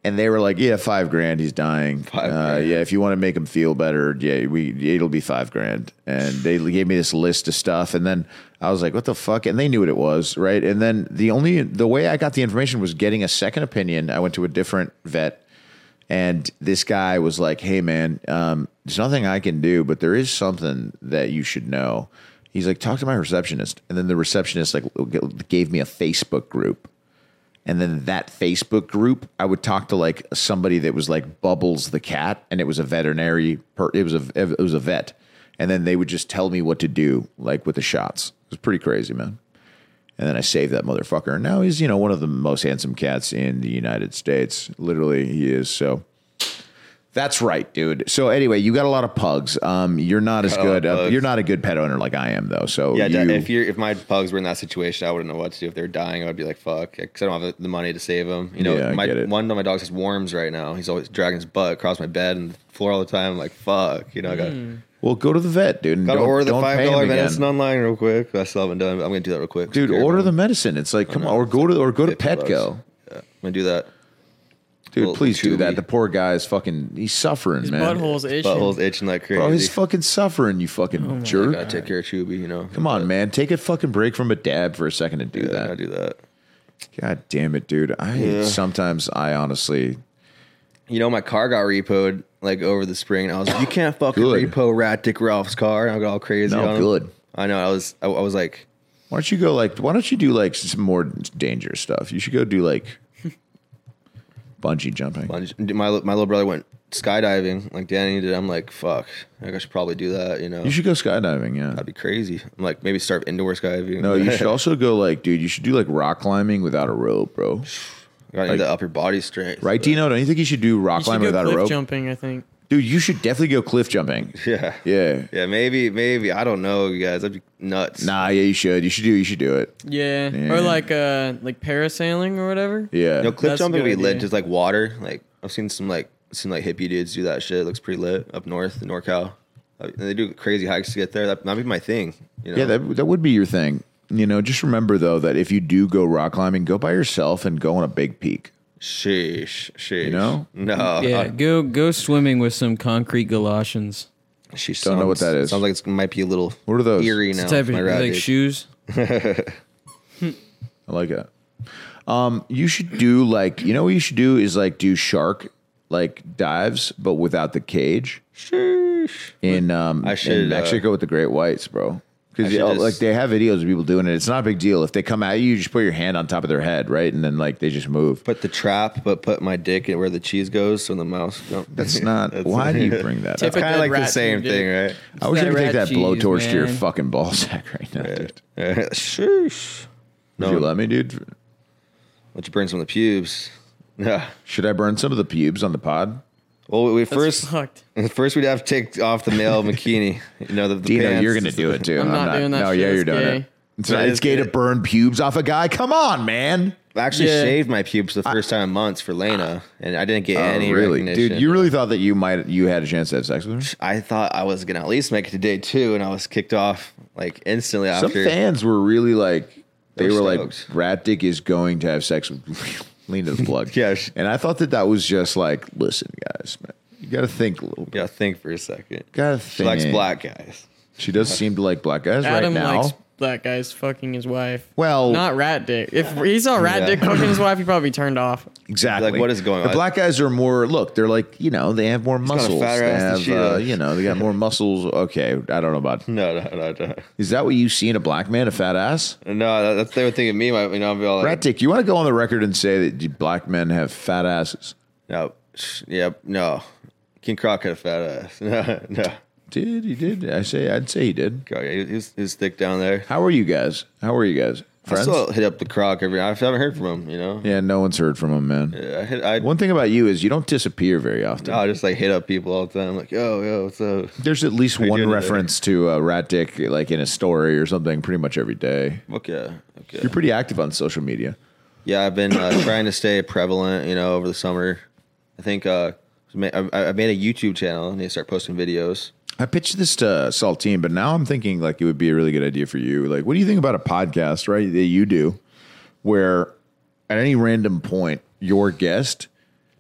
and they were like, "Yeah, five grand, he's dying.
Five
uh,
grand.
Yeah, if you want to make him feel better, yeah, we it'll be five grand." And they gave me this list of stuff, and then I was like, "What the fuck?" And they knew what it was, right? And then the only the way I got the information was getting a second opinion. I went to a different vet, and this guy was like, "Hey, man, um, there's nothing I can do, but there is something that you should know." He's like, "Talk to my receptionist," and then the receptionist like gave me a Facebook group and then that Facebook group, I would talk to like somebody that was like Bubbles the cat, and it was a veterinary. Per- it was a it was a vet, and then they would just tell me what to do, like with the shots. It was pretty crazy, man. And then I saved that motherfucker, and now he's you know one of the most handsome cats in the United States. Literally, he is. So that's right, dude. So anyway, you got a lot of pugs. Um, you're not as
a lot
good.
of
A,
pugs.
you're not a good pet owner like I am, though. So
Yeah,
you-
if you're if my pugs were in that situation, I wouldn't know what to do. If they're dying, I would be like, "Fuck," because I don't have the money to save them. You know,
Yeah, I
my
get it.
one of my dogs has worms right now. He's always dragging his butt across my bed and the floor all the time. I'm like, "Fuck," you know. I got
well, go to the vet, dude. and
got to
don't-
order the
don't pay
five
him
dollar
again.
medicine online real quick. I still haven't done. it, but I'm gonna do that real quick.
Dude,
Scare
order the
them.
medicine. It's like, come on, or go to or go to
Fifty bucks.
Petco.
Yeah, I'm gonna do that.
Dude,
Little
please do
chewy.
that. The poor guy is fucking he's suffering,
His
man.
butthole's itching.
Butthole's itching like crazy.
Bro, he's fucking suffering, you
Oh
fucking jerk.
gotta take care of Chubby. You know,
Come on, man. Take a fucking break from a dab for a second and do
Yeah, I
that.
do that.
God damn it, dude. I sometimes I honestly
you know, my car got repoed like over the spring, and I was like, "You can't fucking
Good.
repo Rat Dick Ralph's car." And I got all crazy.
No,
on him.
good.
I know. I was. I, I was like,
why don't you go like why don't you do like some more dangerous stuff? You should go do like bungee jumping.
my my little brother went skydiving like Danny did. I'm like, fuck. I think I should probably do that. You know,
You should go skydiving, yeah.
that'd be crazy. I'm like, maybe start indoor skydiving.
No, you should also go like, dude, you should do like rock climbing without a rope, bro.
I need the upper body strength,
Right, Dino? Don't you think you should do rock
You should
climbing
go
without a
cliff
rope?
jumping. I think.
Dude, you should definitely go cliff jumping.
Yeah.
Yeah.
Yeah, maybe, maybe I don't know, you guys. That'd be nuts.
Nah, yeah, you should. You should do. You should do it.
Yeah.
Yeah.
Or like uh like parasailing or whatever.
Yeah.
No cliff
That's a
jumping would
good
be lit,
idea.
just like water. Like I've seen some like seen like hippie dudes do that shit. It looks pretty lit up north in NorCal. Uh, They do crazy hikes to get there. That that'd be my thing. You know?
yeah, that that would be your thing. You know, just remember though that if you do go rock climbing, go by yourself and go on a big peak.
sheesh, sheesh. You
know?
No.
Yeah, go go swimming with some concrete Galatians.
I, she
Don't know what that is.
Sounds like it might be a little
What are those?
eerie
It's
now.
the type of
my rat
like
dude.
shoes.
I like it. Um, you should do like you know what you should do is like do shark like dives, but without the cage. In um,
I
in
should, uh,
Mexico with the great whites, bro. Because
I should just-
like they have videos of people doing it. It's not a big deal if they come at you. You just put your hand on top of their head, right, and then like they just move.
Put the trap, but put my dick at where the cheese goes, so the mouse. Don't.
That's not. why do you bring that? up?
Put
Kind of
that
like the
rat
same
dude,
thing, right?
I wish I
that
could take
rat
that
cheese,
blowtorch to your
man.
fucking ball sack right now, dude.
Sheesh.
Would you let me, dude?
Let you burn some of the pubes. Yeah.
Should I burn some of the pubes on the pod?
Well, we- we
That's
first
fucked.
First, we'd have to take off the male bikini. You know, the, the
Dino,
pants.
you're gonna do it too.
I'm not doing that
No,
shit.
yeah, you're
It's
doing
gay.
it. It's,
That
not,
is
it's gay to
gay.
burn pubes off a guy. Come on, man.
I actually
Yeah.
shaved my pubes the first time in months for Lena, and I didn't get any
Ah. Oh, really,
Oh, recognition.
dude? You really thought that you might you had a chance to have sex with her?
I thought I was gonna at least make it to day two, and I was kicked off like instantly
Some
after.
fans were really like, they
They
were
were
like,
stoked.
Rat Dick is going to have sex with Lena the Plug.
Yeah, she-
and I thought that that was just like, listen, guys, man, you got to think a little bit.
yeah, think for a second.
Gotta
She likes
think.
black guys.
She does seem to like black guys
Adam
right now.
likes that guy's fucking his wife.
Well-
not Rat Dick. If he saw Rat
Yeah.
Dick fucking his wife, he'd probably be turned off.
Exactly.
Like, what is going
The
on?
black guys are more. Look, they're like you know they have more
got a
muscles.
fatter
They
ass than
have,
she
uh,
does.
you know they got more muscles. Okay, I don't know about.
No, no, no, no.
Is that what you see in a black man? A fat ass?
No, that- that's they would think of me. my- You know, I'd be all like,
Rat dick. You want to go on the record and say that you black men have fat asses?
no, sh- yeah, no. King Croc had a fat ass. No, no.
Did he did? I say I'd say he did.
Croc, he, he, was, he was thick down there.
How are you guys? How are you guys?
I
Friends?
still hit up the Croc every. I haven't heard from him. You know,
Yeah, no one's heard from him, man.
yeah. I hit. I
One thing about you is you don't disappear very often.
no, I just like hit up people all the time. Like, yo, yo, what's up?
There's at least
do
one
know.
reference to uh, Rat Dick, like in a story or something, pretty much every day.
Fuck yeah, okay.
You're pretty active on social media.
Yeah, I've been uh, trying to stay prevalent, you know, over the summer. I think uh, ma- I, I made a YouTube channel. I need to start posting videos.
I pitched this to Saltine, but now I'm thinking like it would be a really good idea for you. Like, what do you think about a podcast, right? That you do, where at any random point your guest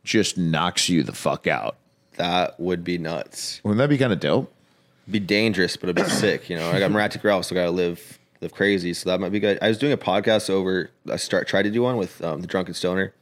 just knocks you the fuck out.
That would be nuts.
Wouldn't that be kind of dope?
be dangerous, but it'd be sick. You know, I got Maratic Ralph, so I gotta live live crazy. So that might be good. I was doing a podcast over. I start tried to do one with um, the Drunken Stoner.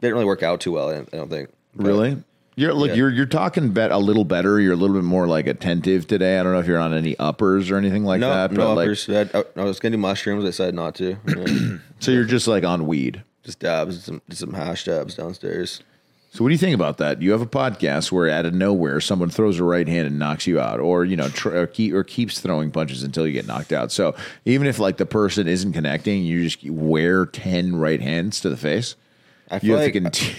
Didn't really work out too well. I don't, I don't think. But
Really? You're look,
Yeah.
you're you're talking bet a little better. You're a little bit more like attentive today. I don't know if you're on any uppers or anything like
No,
that. but,
no
like,
uppers. I, I was gonna do mushrooms. I said not to. Yeah.
so you're just like on weed.
just dabs, some just some hash dabs downstairs.
So what do you think about that? You have a podcast where out of nowhere someone throws a right hand and knocks you out, or you know, tr- or, keep, or keeps throwing punches until you get knocked out. So even if like the person isn't connecting, you just wear ten right hands to the face.
I
You
feel
have
like
to continue.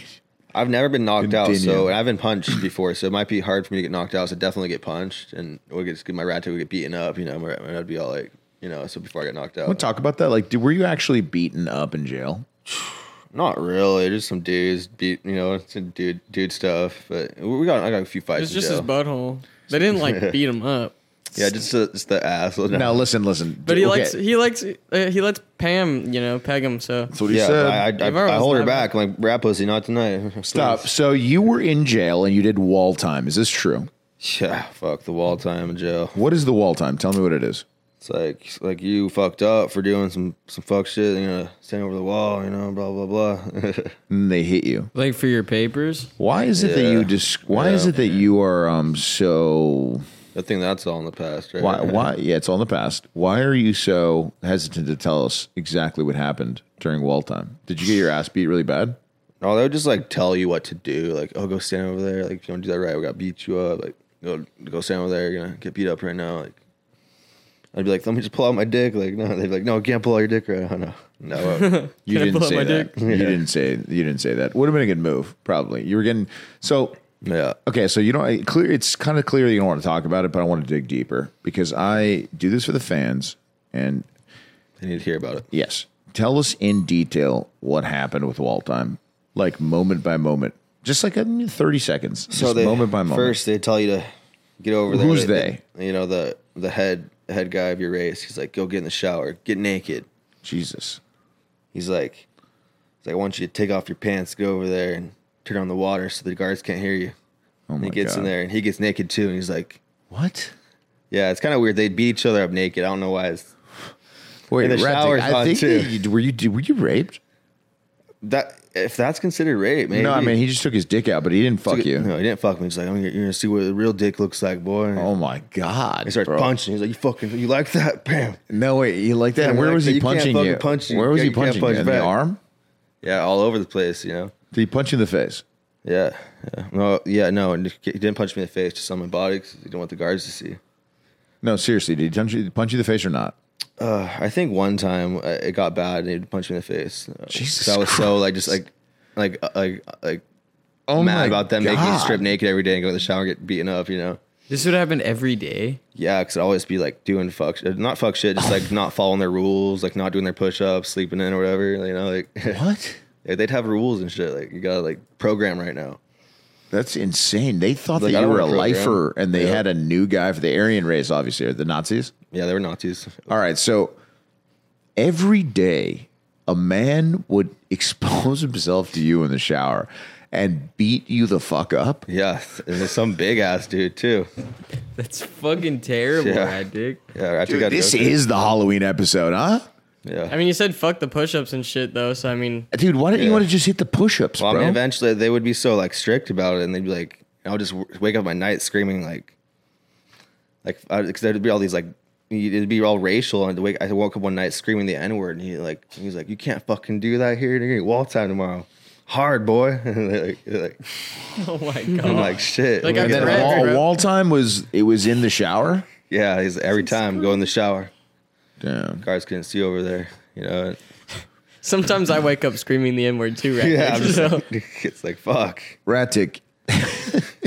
I've never been knocked out,
Continue.
so and I've been punched before, so it might be hard for me to get knocked out. So I'd definitely get punched, and we get my rat would get beaten up. You know, my, rat- I'd be all like, you know, so before I get knocked out,
Want to talk about that? Like, did, were you actually beaten up in jail?
Not really. Just some dudes beat, you know, some dude dude stuff. But we got I got a few fights.
It's
in
just his
jail.
butthole. They didn't like beat him up,
yeah, just the, just the ass. No,
Now listen, listen.
but he
Okay.
likes he likes uh, he lets Pam you know peg him. So
That's what he
yeah,
said.
I, I,
Give her
I, I hold her
one
back. I'm like rat pussy, not tonight. Please."
Stop. So you were in jail and you did wall time. Is this true?
Yeah, fuck the wall time in jail.
What is the wall time? Tell me what it is.
It's like it's like you fucked up for doing some some fuck shit. You know, standing over the wall. You know, blah blah blah.
And they hit you.
Like for your papers?
Why is it that
Yeah.
you just? Why is
Yeah.
it that you are um so?
I think that's all in the past, right?
Why? Why? Yeah, it's all in the past. Why are you so hesitant to tell us exactly what happened during wall time? Did you get your ass beat really bad?
No, they would just like tell you what to do. Like, oh, go stand over there. Like, if you don't do that right, we got to beat you up. Like, go go stand over there. You're gonna get beat up right now. Like, I'd be like, let me just pull out my dick. Like, no, they'd be like, no, you can't pull out your dick right now. No, no. uh,
You
Can I
didn't
pull out
say
my
that.
dick?
You didn't say. You didn't say that. Would have been a good move, probably. You were getting so.
yeah,
Okay, so you don't I- clear. It's kind of clear you don't want to talk about it, but I want to dig deeper because I do this for the fans, and
they need to hear about it.
Yes. Tell us in detail what happened with wall time, like moment by moment, just like I mean, 30 seconds, just moment by moment.
First, they tell you to get over there.
Who's they?
You know the the head head guy of your race. He's like, go get in the shower, get naked.
Jesus.
He's like, he's like, I want you to take off your pants, go over there and turn on the water so the guards can't hear you.
Oh
And
my
he gets
God.
in there and he gets naked too, and he's like.
What?
Yeah, it's kind of weird. They beat each other up naked. I don't know why. It's,
Wait,
the
Rat Dick,
shower's
I
on,
think
too.
that you- were you were you raped?
that if that's considered rape, man.
No, I mean he just took his dick out, but he didn't fuck you.
No, he didn't fuck me. He's like, I'm gonna, you're gonna see what the real dick looks like, boy. And
Oh my god!
he starts
bro.
punching. He's like, you fucking, you like that? Bam.
No wait, you like that?
Yeah,
And where
like
was
that.
he
You can't
punching
fucking
you?
punch- you
where was he
can't-
punching
you can't punch
you? In the
back.
arm?
Yeah, all over the place, you know.
Did he punch you in the face?
Yeah, yeah. No, yeah, no. And he didn't punch me in the face, just on my body, 'cause he didn't want the guards to see.
No, seriously, did he punch you, punch you in the face or not?
Uh, I think one time uh, it got bad, and he punched me in the face. Uh,
Jesus
so I was so like, just like, like, uh, like, like
Oh
mad
my
about them making me
God.
strip naked every day and go to the shower and get beaten up, you know.
This would happen every day.
Yeah, because I always be like doing fuck, sh- not fuck shit, just like not following their rules, like not doing their push ups, sleeping in or whatever. You know, like
What?
Yeah, they'd have rules and shit. Like you gotta like program right now.
That's insane. They thought
Like,
that
I
you
don't
were a
wanna program.
lifer, and they
Yeah.
had a new guy for the Aryan race, obviously, or the Nazis.
Yeah, they were Nazis.
All right, so every day a man would expose himself to you in the shower, and beat you the fuck up.
Yeah, and there's some big ass dude too.
That's fucking terrible,
Yeah.
Rad Dick.
Yeah, I
Dude,
forgot to
this
go through-
is the Halloween episode, huh?
Yeah.
I mean, you said fuck the push-ups and shit though, so I mean,
Dude, why didn't you
Yeah.
want to just hit the push-ups,
Well, I
bro?
mean, eventually they would be so like strict about it, and they'd be like, I'll just w- wake up at night screaming like, like because there'd be all these like, you- it'd be all racial, and I'd wake, I woke up one night screaming the n word, and he like, he was like, you can't fucking do that here. You're gonna get wall time tomorrow, hard boy. and they're like, they're like,
Oh my
I'm
god.
like shit.
Like,
I'm
I've
gonna
read-
get-
wall,
bro.
wall time was it was in the shower.
yeah, he's every time go in the shower.
Damn.
Guards couldn't see over there, you know.
sometimes I wake up screaming the n-word too, right?
Yeah, I'm just
So-
like, it's like fuck.
Ratic,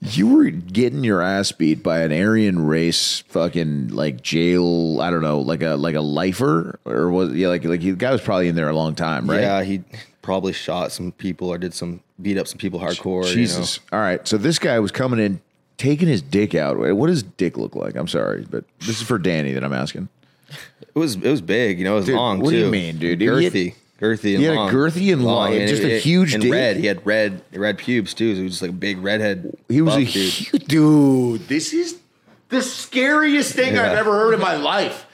you were getting your ass beat by an Aryan race fucking like jail. I don't know, like a like a lifer or was yeah like like the guy was probably in there a long time, right?
Yeah, he probably shot some people or did some beat up some people hardcore. you know.
Jesus. All right, so this guy was coming in, taking his dick out. What does dick look like? I'm sorry, but this is for Danny that I'm asking.
It was it was big, you know. It was
Dude,
long.
what do
too.
you mean, dude? You had-
Girthy, girthy, and
you had a
long.
girthy and long, and just a huge
and
dick?
red. He had red red pubes too. So he was just like a big redhead.
He was
buff
a
dude.
huge dude. This is the scariest thing I've
Yeah.
ever heard in my life.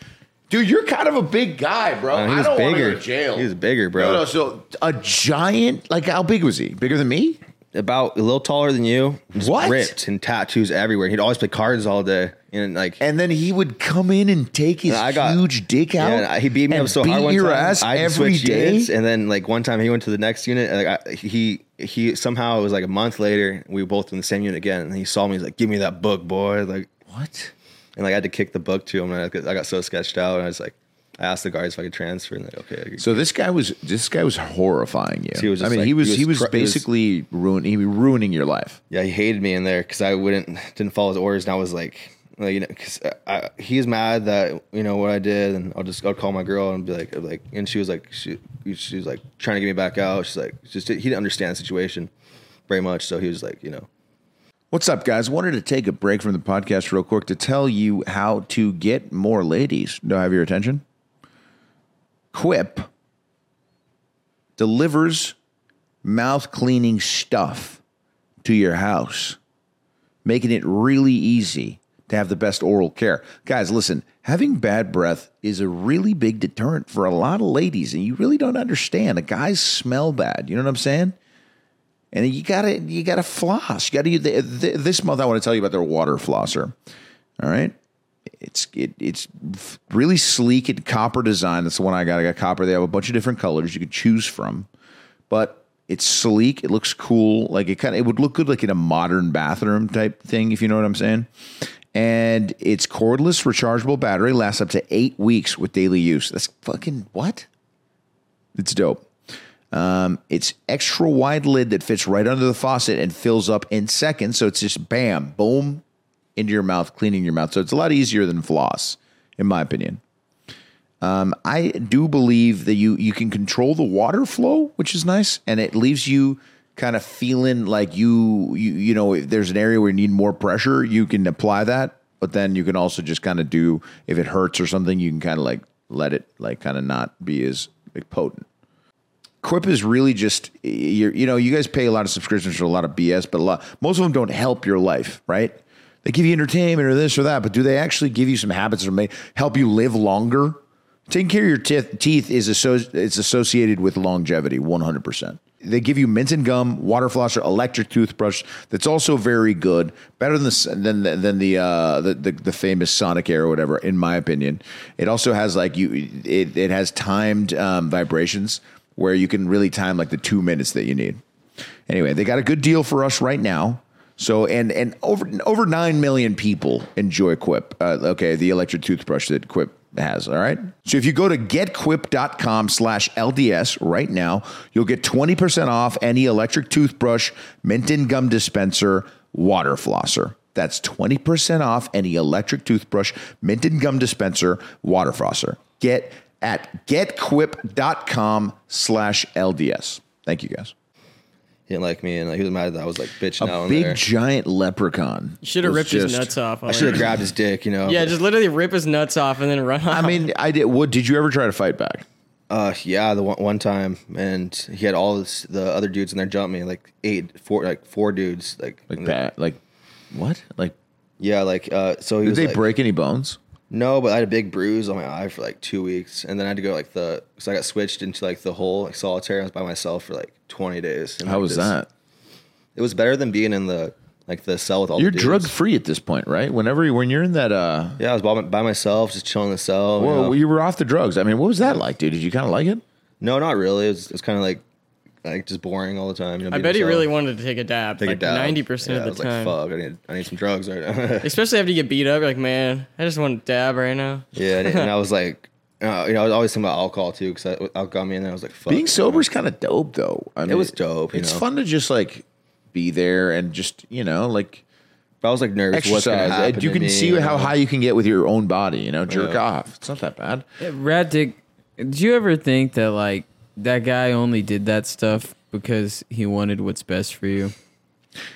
Dude, you're kind of a big guy, bro.
Uh, he
I
was
don't want to
bigger.
go to jail.
He was bigger, bro.
No, no, so a giant, like how big was he? Bigger than me?
About a little taller than you. Just
What?
Ripped and tattoos everywhere. He'd always play cards all day and like.
And then he would come in and take his
And I got-
huge dick out.
Yeah, he beat me
and
up so hard one
your
time.
ass
I had to
every
switch
day.
units, and then like one time he went to the next unit. And, like I, he he somehow it was like a month later. We were both in the same unit again, and he saw me. He's like, "Give me that book, boy!" Like
what?
and like I had to kick the book to him, and I got, I got so sketched out, and I was like, I asked the guards if I could transfer, and they're like, okay. I could-
So this guy was this guy was horrifying you.
He was
I
just
mean,
like-
he was
he was
he was
cr- he was-
basically ruining he was ruining your life.
yeah, he hated me in there because I wouldn't didn't follow his orders, and I was like, like, you know, because he's mad that you know what I did, and I'll just I'll call my girl and be like, like, and she was like, she she was like trying to get me back out. She's like, just he didn't understand the situation very much, so he was like, you know,
What's up, guys? Wanted to take a break from the podcast real quick to tell you how to get more ladies. Do I have your attention? Quip delivers mouth cleaning stuff to your house, making it really easy to have the best oral care. Guys, listen, having bad breath is a really big deterrent for a lot of ladies, and you really don't understand. The guys smell bad. You know what I'm saying? and you gotta you gotta floss. You gotta use the, th this month. I want to tell you about their water flosser. All right, it's it, it's really sleek and copper design. That's the one I got. I got copper. They have a bunch of different colors you could choose from, but it's sleek. It looks cool. Like it kind of it would look good like in a modern bathroom type thing if you know what I'm saying. And it's cordless, rechargeable battery lasts up to eight weeks with daily use. That's fucking what? It's dope. Um, it's extra wide lid that fits right under the faucet and fills up in seconds. So it's just bam, boom, into your mouth, cleaning your mouth. So it's a lot easier than floss, in my opinion. Um, I do believe that you you can control the water flow, which is nice, and it leaves you kind of feeling like you you you know if there's an area where you need more pressure, you can apply that, but then you can also just kind of do if it hurts or something, you can kind of like let it like kind of not be as like potent. Quip is really just you you know you guys pay a lot of subscriptions for a lot of BS, but a lot most of them don't help your life, right? They give you entertainment or this or that, but do they actually give you some habits or may help you live longer? Taking care of your teeth, teeth is asso- it's associated with longevity, one hundred percent. They give you mint and gum, water flosser, electric toothbrush. That's also very good, better than the than the, than the, uh, the the the famous Sonic Air or whatever, in my opinion. It also has like you, it, it has timed um, vibrations where you can really time like the two minutes that you need. Anyway, they got a good deal for us right now. So and and over over nine million people enjoy Quip. Uh, okay, the electric toothbrush that Quip has. All right. So if you go to getquip.com slash LDS right now, you'll get 20% off any electric toothbrush, mint and gum dispenser, water flosser. That's 20% off any electric toothbrush, mint and gum dispenser, water flosser. Get at getquip.com slash LDS. Thank you guys.
he didn't like me, and like, he was mad that I was like bitching out
A
in
big
there.
giant leprechaun.
You should have
was
ripped his
just-
nuts off.
I should have grabbed his dick, you know.
Yeah, just literally rip his nuts off and then run off.
I mean, I did. What did you ever try to fight back?
Uh, yeah, the one, one time, and he had all this, the other dudes in there jump me, like eight, four, like four dudes, like,
Like that. Like what? Like
yeah, like uh. So he
did
was
they
like-
break any bones?
No, but I had a big bruise on my eye for like two weeks, and then I had to go like the because I got switched into like the whole like solitary. I was by myself for like twenty days. And,
How
like,
was
this-
that?
It was better than being in the like the cell with all.
You're
the
drug
dudes.
free at this point, right? Whenever when you're in that uh
Yeah, I was by, by myself, just chilling in the cell. you know.
well, you were off the drugs. I mean, what was that like, dude? Did you kind of like it?
No, not really. It was, it was kind of like like just boring all the time. You know,
I
being
bet he
yourself.
really wanted to take a dab.
Take a
like
dab.
ninety percent
Yeah, I
of
was
the time.
Like, Fuck, I need, I need some drugs right now.
Especially after you get beat up, you're like, man, I just want a dab right now.
yeah, and, and I was like, uh, you know, I was always thinking about alcohol too because alcohol got me in there. I was like, fuck.
Being sober is kind of dope, though. I mean,
Uh, was dope, you
it's
know?
fun to just like be there and just you know like
But I was like nervous. What's gonna
exercise.
happen
You
to
can
me,
see
you
how
know?
high you can get with your own body. You know, jerk
Yeah.
off. It's not that bad.
Rat Dick, did you ever think that like that guy only did that stuff because he wanted what's best for you?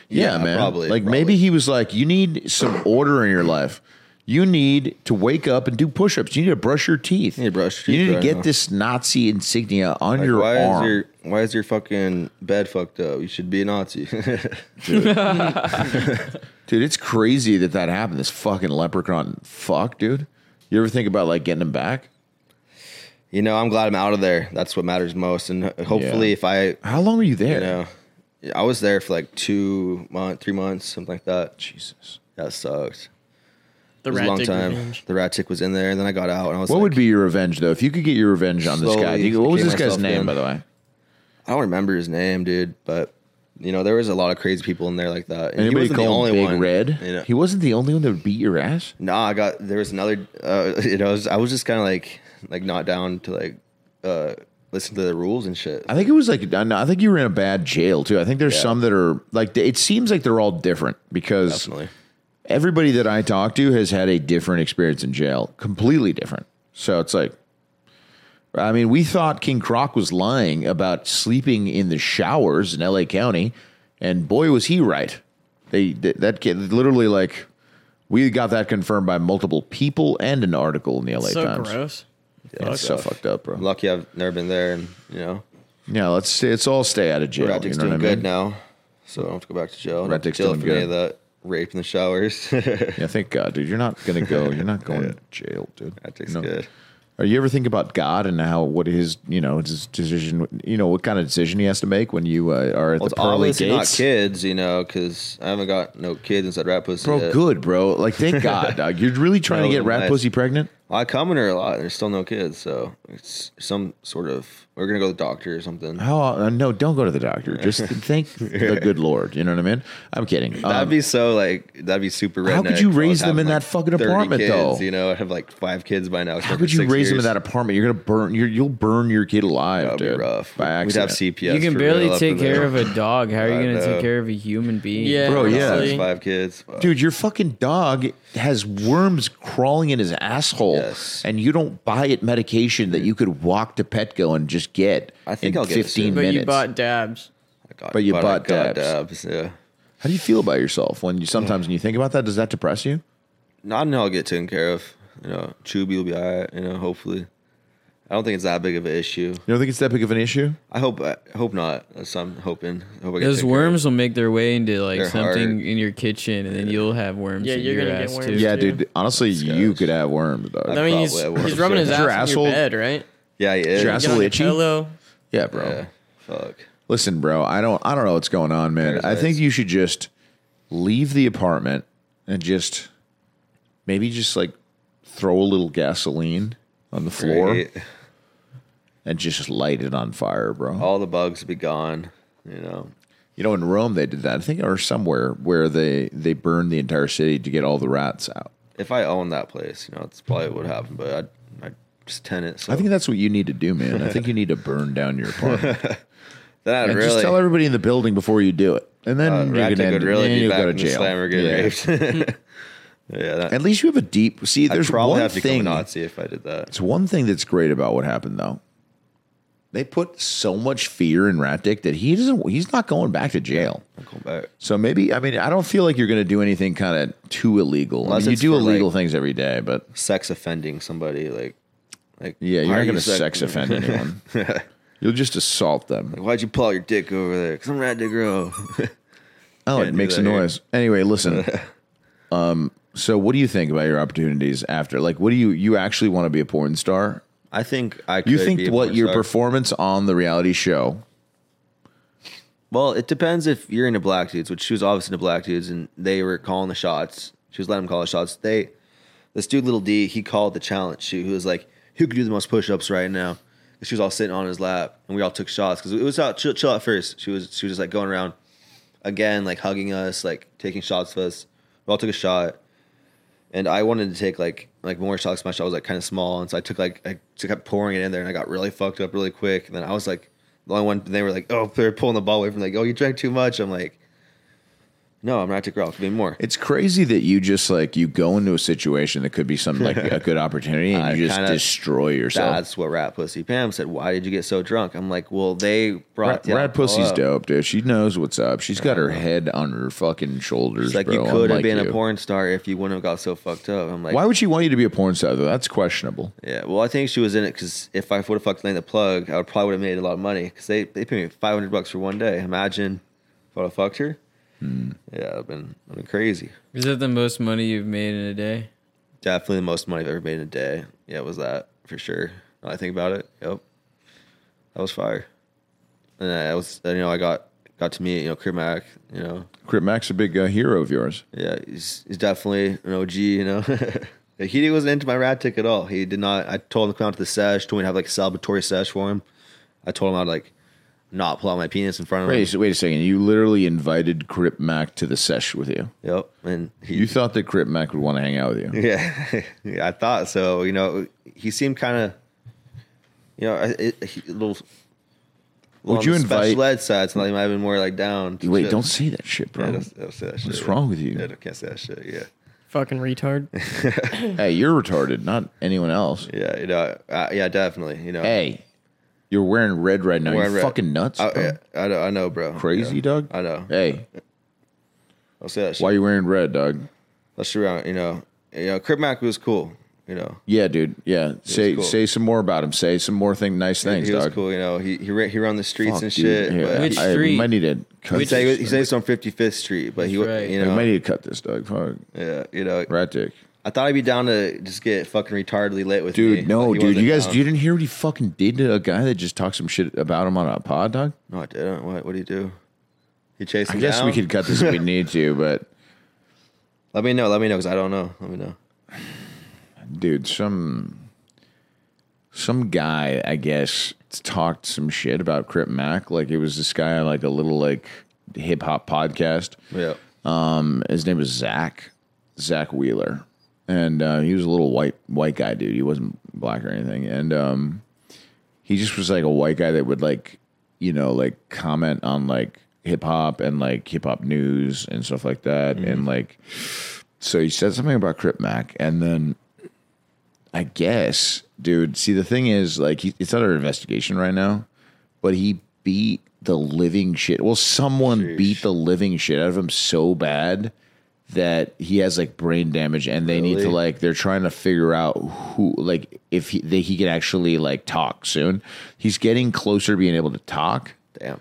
Yeah,
Yeah,
man.
probably,
like
probably.
maybe he was like, you need some order in your life. You need to wake up and do push-ups. You need to brush your teeth. You
need to brush your
You
teeth
need to
right
get
now.
this Nazi insignia on your
why
arm.
Is your, why is your fucking bed fucked up? You should be a Nazi.
Dude, it's crazy that that happened. This fucking leprechaun fuck, dude. You ever think about like getting him back?
you know, I'm glad I'm out of there. That's what matters most. And uh, hopefully,
Yeah.
if I, you
How long were you there?
know, I was there for like two month, three months, something like that.
Jesus.
That sucked.
The
It was a
rat
long
dick
time.
revenge.
The rat tick was in there, and then I got out, and I was
What
like,
would be your revenge though? If you could get your revenge on this guy,
Slowly
do you- what was
became
this guy's
myself
name,
again.
by the way?
I don't remember his name, dude, but you know, there was a lot of crazy people in there like that. And
Anybody
the
call him Big Red?
You know?
He wasn't the only one that would beat your ass.
No, I got there was another. Uh, you know, I was, I was just kind of like like not down to like uh listen to the rules and shit.
I think it was like I know- I think you were in a bad jail too. I think there's
Yeah.
some that are like it seems like they're all different because
Definitely.
everybody that I talk to has had a different experience in jail, completely different. So it's like, I mean, we thought King Croc was lying about sleeping in the showers in L.A. County, and boy was he right. They th- that kid literally like we got that confirmed by multiple people and an article in the L.A.
So
Times.
gross.
It's so fucked up, bro.
I'm lucky I've never been there, and you know,
Yeah, let's say- let's all stay out of jail.
Rat Dick's
you know
doing
what I
good
mean?
now, so I don't have to go back to jail. I don't
Rat
have to
Dick's
jail
doing
for any of that rape in the showers.
Yeah, thank God, dude. You're not gonna go. You're not going to jail, dude.
Rat Dick's
No.
good.
Are you ever think about God and how what his you know his decision you know what kind of decision he has to make when you uh, are at
Well,
the
it's
pearly
obviously not
gates?
kids, you know, because I haven't got no kids inside rat pussy.
Bro,
yet.
good, bro. Like, thank God, dog. You're really trying to
No,
get rat
nice.
pussy pregnant.
I come in her a lot, and there's still no kids, so it's some sort of we're gonna go to the doctor or something.
How? Uh, no, don't go to the doctor. Just thank the good Lord. You know what I mean? I'm kidding.
That'd
Um,
be so like that'd be super. Redneck
How could you
if I was
raise them
having,
in that
like,
fucking
30
apartment,
kids,
though?
You know, I have like five kids by now.
how could you raise them in that apartment? You're gonna burn. You're, you'll burn your kid alive,
That'd be
dude.
rough.
By
We'd have
accident.
CPS.
you can
for
barely
real up
take
in there.
care of a dog. How are you
I
going to
know.
take care of a human being?
Yeah,
Bro, yeah.
honestly.
Five kids,
Dude, your fucking dog has worms crawling in his asshole,
Yes.
and you don't buy it medication that you could walk to Petco and just get.
I think
in
I'll get it
fifteen
soon.
But
minutes.
you bought dabs.
I got-
but you
I
bought
got
dabs.
dabs, Yeah.
How do you feel about yourself when you sometimes when you think about that? Does that depress you?
No, I know I'll get taken care of. You know, Chubby will be all right. You know, hopefully. I don't think it's that big of an
You
issue.
don't think it's that big of an issue?
I hope. I hope not. That's what I'm hoping. I hope I get
Those
taken care of.
worms will make their way into like
They're
something
hard.
in your kitchen, and then you'll have worms.
Yeah,
in
you're
your
gonna get
ass,
worms.
Too.
Yeah,
too.
dude. Honestly, you could have worms, dog.
I mean, he's,
Probably, I would've
he's rubbing his
said. Is
ass
your
in
asshole-
your bed, right?
Yeah, he is.
Your
You got on
asshole
your
itchy?
Pillow.
yeah, bro.
Yeah. Fuck.
Listen, bro, I don't I don't know what's going on, man.
There's
I think
ice.
you should just leave the apartment and just maybe just like throw a little gasoline on the floor
Great.
and just light it on fire, bro.
All the bugs be gone. You know.
You know, in Rome they did that. I think or somewhere where they they burned the entire city to get all the rats out.
if I owned that place, you know, it's probably what would happen. But I, I just tenant it. So.
I think that's what you need to do, man. I think you need to burn down your apartment.
then I'd
And
really,
Just tell everybody in the building before you do it, and then
uh,
you
Ratnik
can end
would
it.
really
Then
be
you'll
back
go to
in the
jail.
slammer getting
Yeah.
raped. yeah, that,
At least you have a deep. See,
I'd
there's
probably
one
have to
thing.
become a Nazi if I did that.
It's one thing that's great about what happened though. They put so much fear in Ratdick that he doesn't he's not going back to jail.
I'm going back.
So maybe I mean I don't feel like you're going to do anything kind of too illegal. I mean,
Unless
you
it's
do
for,
illegal
like-
things every day, but
Sex offending somebody, like Like,
Yeah, you're
why
not
are
going
you
to sex
sexing
offend
me?
anyone. You'll just assault them.
Why'd you pull your dick over there? Because I'm Rat Dick Row.
Oh,
Can't
it
do
makes a
that here.
noise. Anyway, listen. um, so what do you think about your opportunities after? Like, what do you you actually want to be a porn star?
I think I. Could
You think
be a
what
porn
your
star.
performance on the reality show?
Well, it depends if you're into black dudes, which she was obviously into black dudes, and they were calling the shots. She was letting them call the shots. They, this dude, little D, he called the challenge. She who was like, who could do the most push-ups right now? And she was all sitting on his lap, and we all took shots because it was out chill, chill at first. She was she was just like going around, again like hugging us, like taking shots of us. We all took a shot, and I wanted to take like like more shots. My shot was like kind of small, and so I took like I just kept pouring it in there, and I got really fucked up really quick. And then I was like the only one. They were like, oh, they're pulling the ball away from me, like, oh, you drank too much. I'm like, no, I'm not to girl. Give me more.
It's crazy that you just like you go into a situation that could be some like a good opportunity and
I
you just
kinda-
destroy yourself.
That's what Rat Pussy Pam said. Why did you get so drunk? I'm like, well, they brought
Rad,
the
Rad
alcohol
Pussy's
up."
dope, dude. She knows what's up. She's got her head on her fucking shoulders.
It's like
bro,
you could have
unlike
been
you.
a porn star if you wouldn't have got so fucked up. I'm like,
Why would she want you to be a porn star though? That's questionable.
Yeah, well, I think she was in it because if I would have fucked Lane the plug, I would probably would have made a lot of money because they, they paid me five hundred bucks for one day. Imagine if I would have fucked her. Yeah, I've been I've been crazy.
Is that the most money you've made in a day?
Definitely the most money I've ever made in a day. Yeah, it was that for sure. Now that I think about it, yep, that was fire. And I was you know I got got to meet you know Kermac, you know
Crip Mac's a big uh, hero of yours.
yeah he's he's definitely an OG you know. He wasn't into my rat tick at all. He did not. I told him to come out to the sesh. Told me to have like a celebratory sesh for him. I told him I'd like not pull out my penis in front of him.
Wait, wait a second. You literally invited Crip Mac to the sesh with you.
Yep. And he,
You thought that Crip Mac would want to hang out with you.
yeah, yeah, I thought so. You know, he seemed kind of, you know, I- it, he, a little.
Would you invite-
special ed side? So he might have been more like down. to
Wait,
shit.
don't say that shit,
Yeah,
bro.
don't- don't say that
What's
shit.
wrong with you?
Yeah, don't- can't say that shit. Yeah.
Fucking retard.
hey, you're retarded, not anyone else.
Yeah. You know. Uh, yeah. Definitely. You know.
Hey, you're wearing red right now.
Wearing
you're
red.
fucking nuts,
I,
bro.
yeah, I know. I know, bro.
Crazy,
yeah.
dog.
I know.
Hey,
I'll say that shit.
why you wearing red, dog?
Let's shoot around. You know. You know. Crip Mac was cool. You know.
Yeah, dude. Yeah, say
cool.
say some more about him. Say some more thing, nice things,
he was
dog.
cool. You know. He he ran, he ran the streets
Fuck,
and
dude.
shit.
Yeah,
but
Which
I, we
street?
might need to cut.
He
Which-
this.
said he was, he said he's on 55th Street, but he,
That's
wa-
right.
you
We
know,
might need to cut this, dog. Fuck,
yeah, you know,
rat dick.
I thought I'd be down to just get fucking retardedly lit with me,
Dude, no,
but he
dude.
wasn't
You guys,
down.
you didn't hear what he fucking did to a guy that just talked some shit about him on a pod, dog.
No, I didn't. What? What do you do? You chase?
I
him
guess we
down?
could cut this if we need to, but
Let me know. Let me know because I don't know. Let me know.
dude, some some guy, I guess, talked some shit about Crip Mac. Like it was this guy, on, like a little like hip hop podcast.
Yeah.
Um, his name was Zach Zach Wheeler, and uh, he was a little white white guy, dude. He wasn't black or anything, and um, he just was like a white guy that would like, you know, like comment on like hip hop and like hip hop news and stuff like that, and like, so he said something about Crip Mac, and then I guess, dude. See, the thing is, like, he, it's under investigation right now, but he beat the living shit. Well, someone beat the living shit out of him so bad that he has like brain damage, and they need to
Really?
like they're trying to figure out who, like, if he that he can actually like talk soon. He's getting closer to being able to talk.
Damn.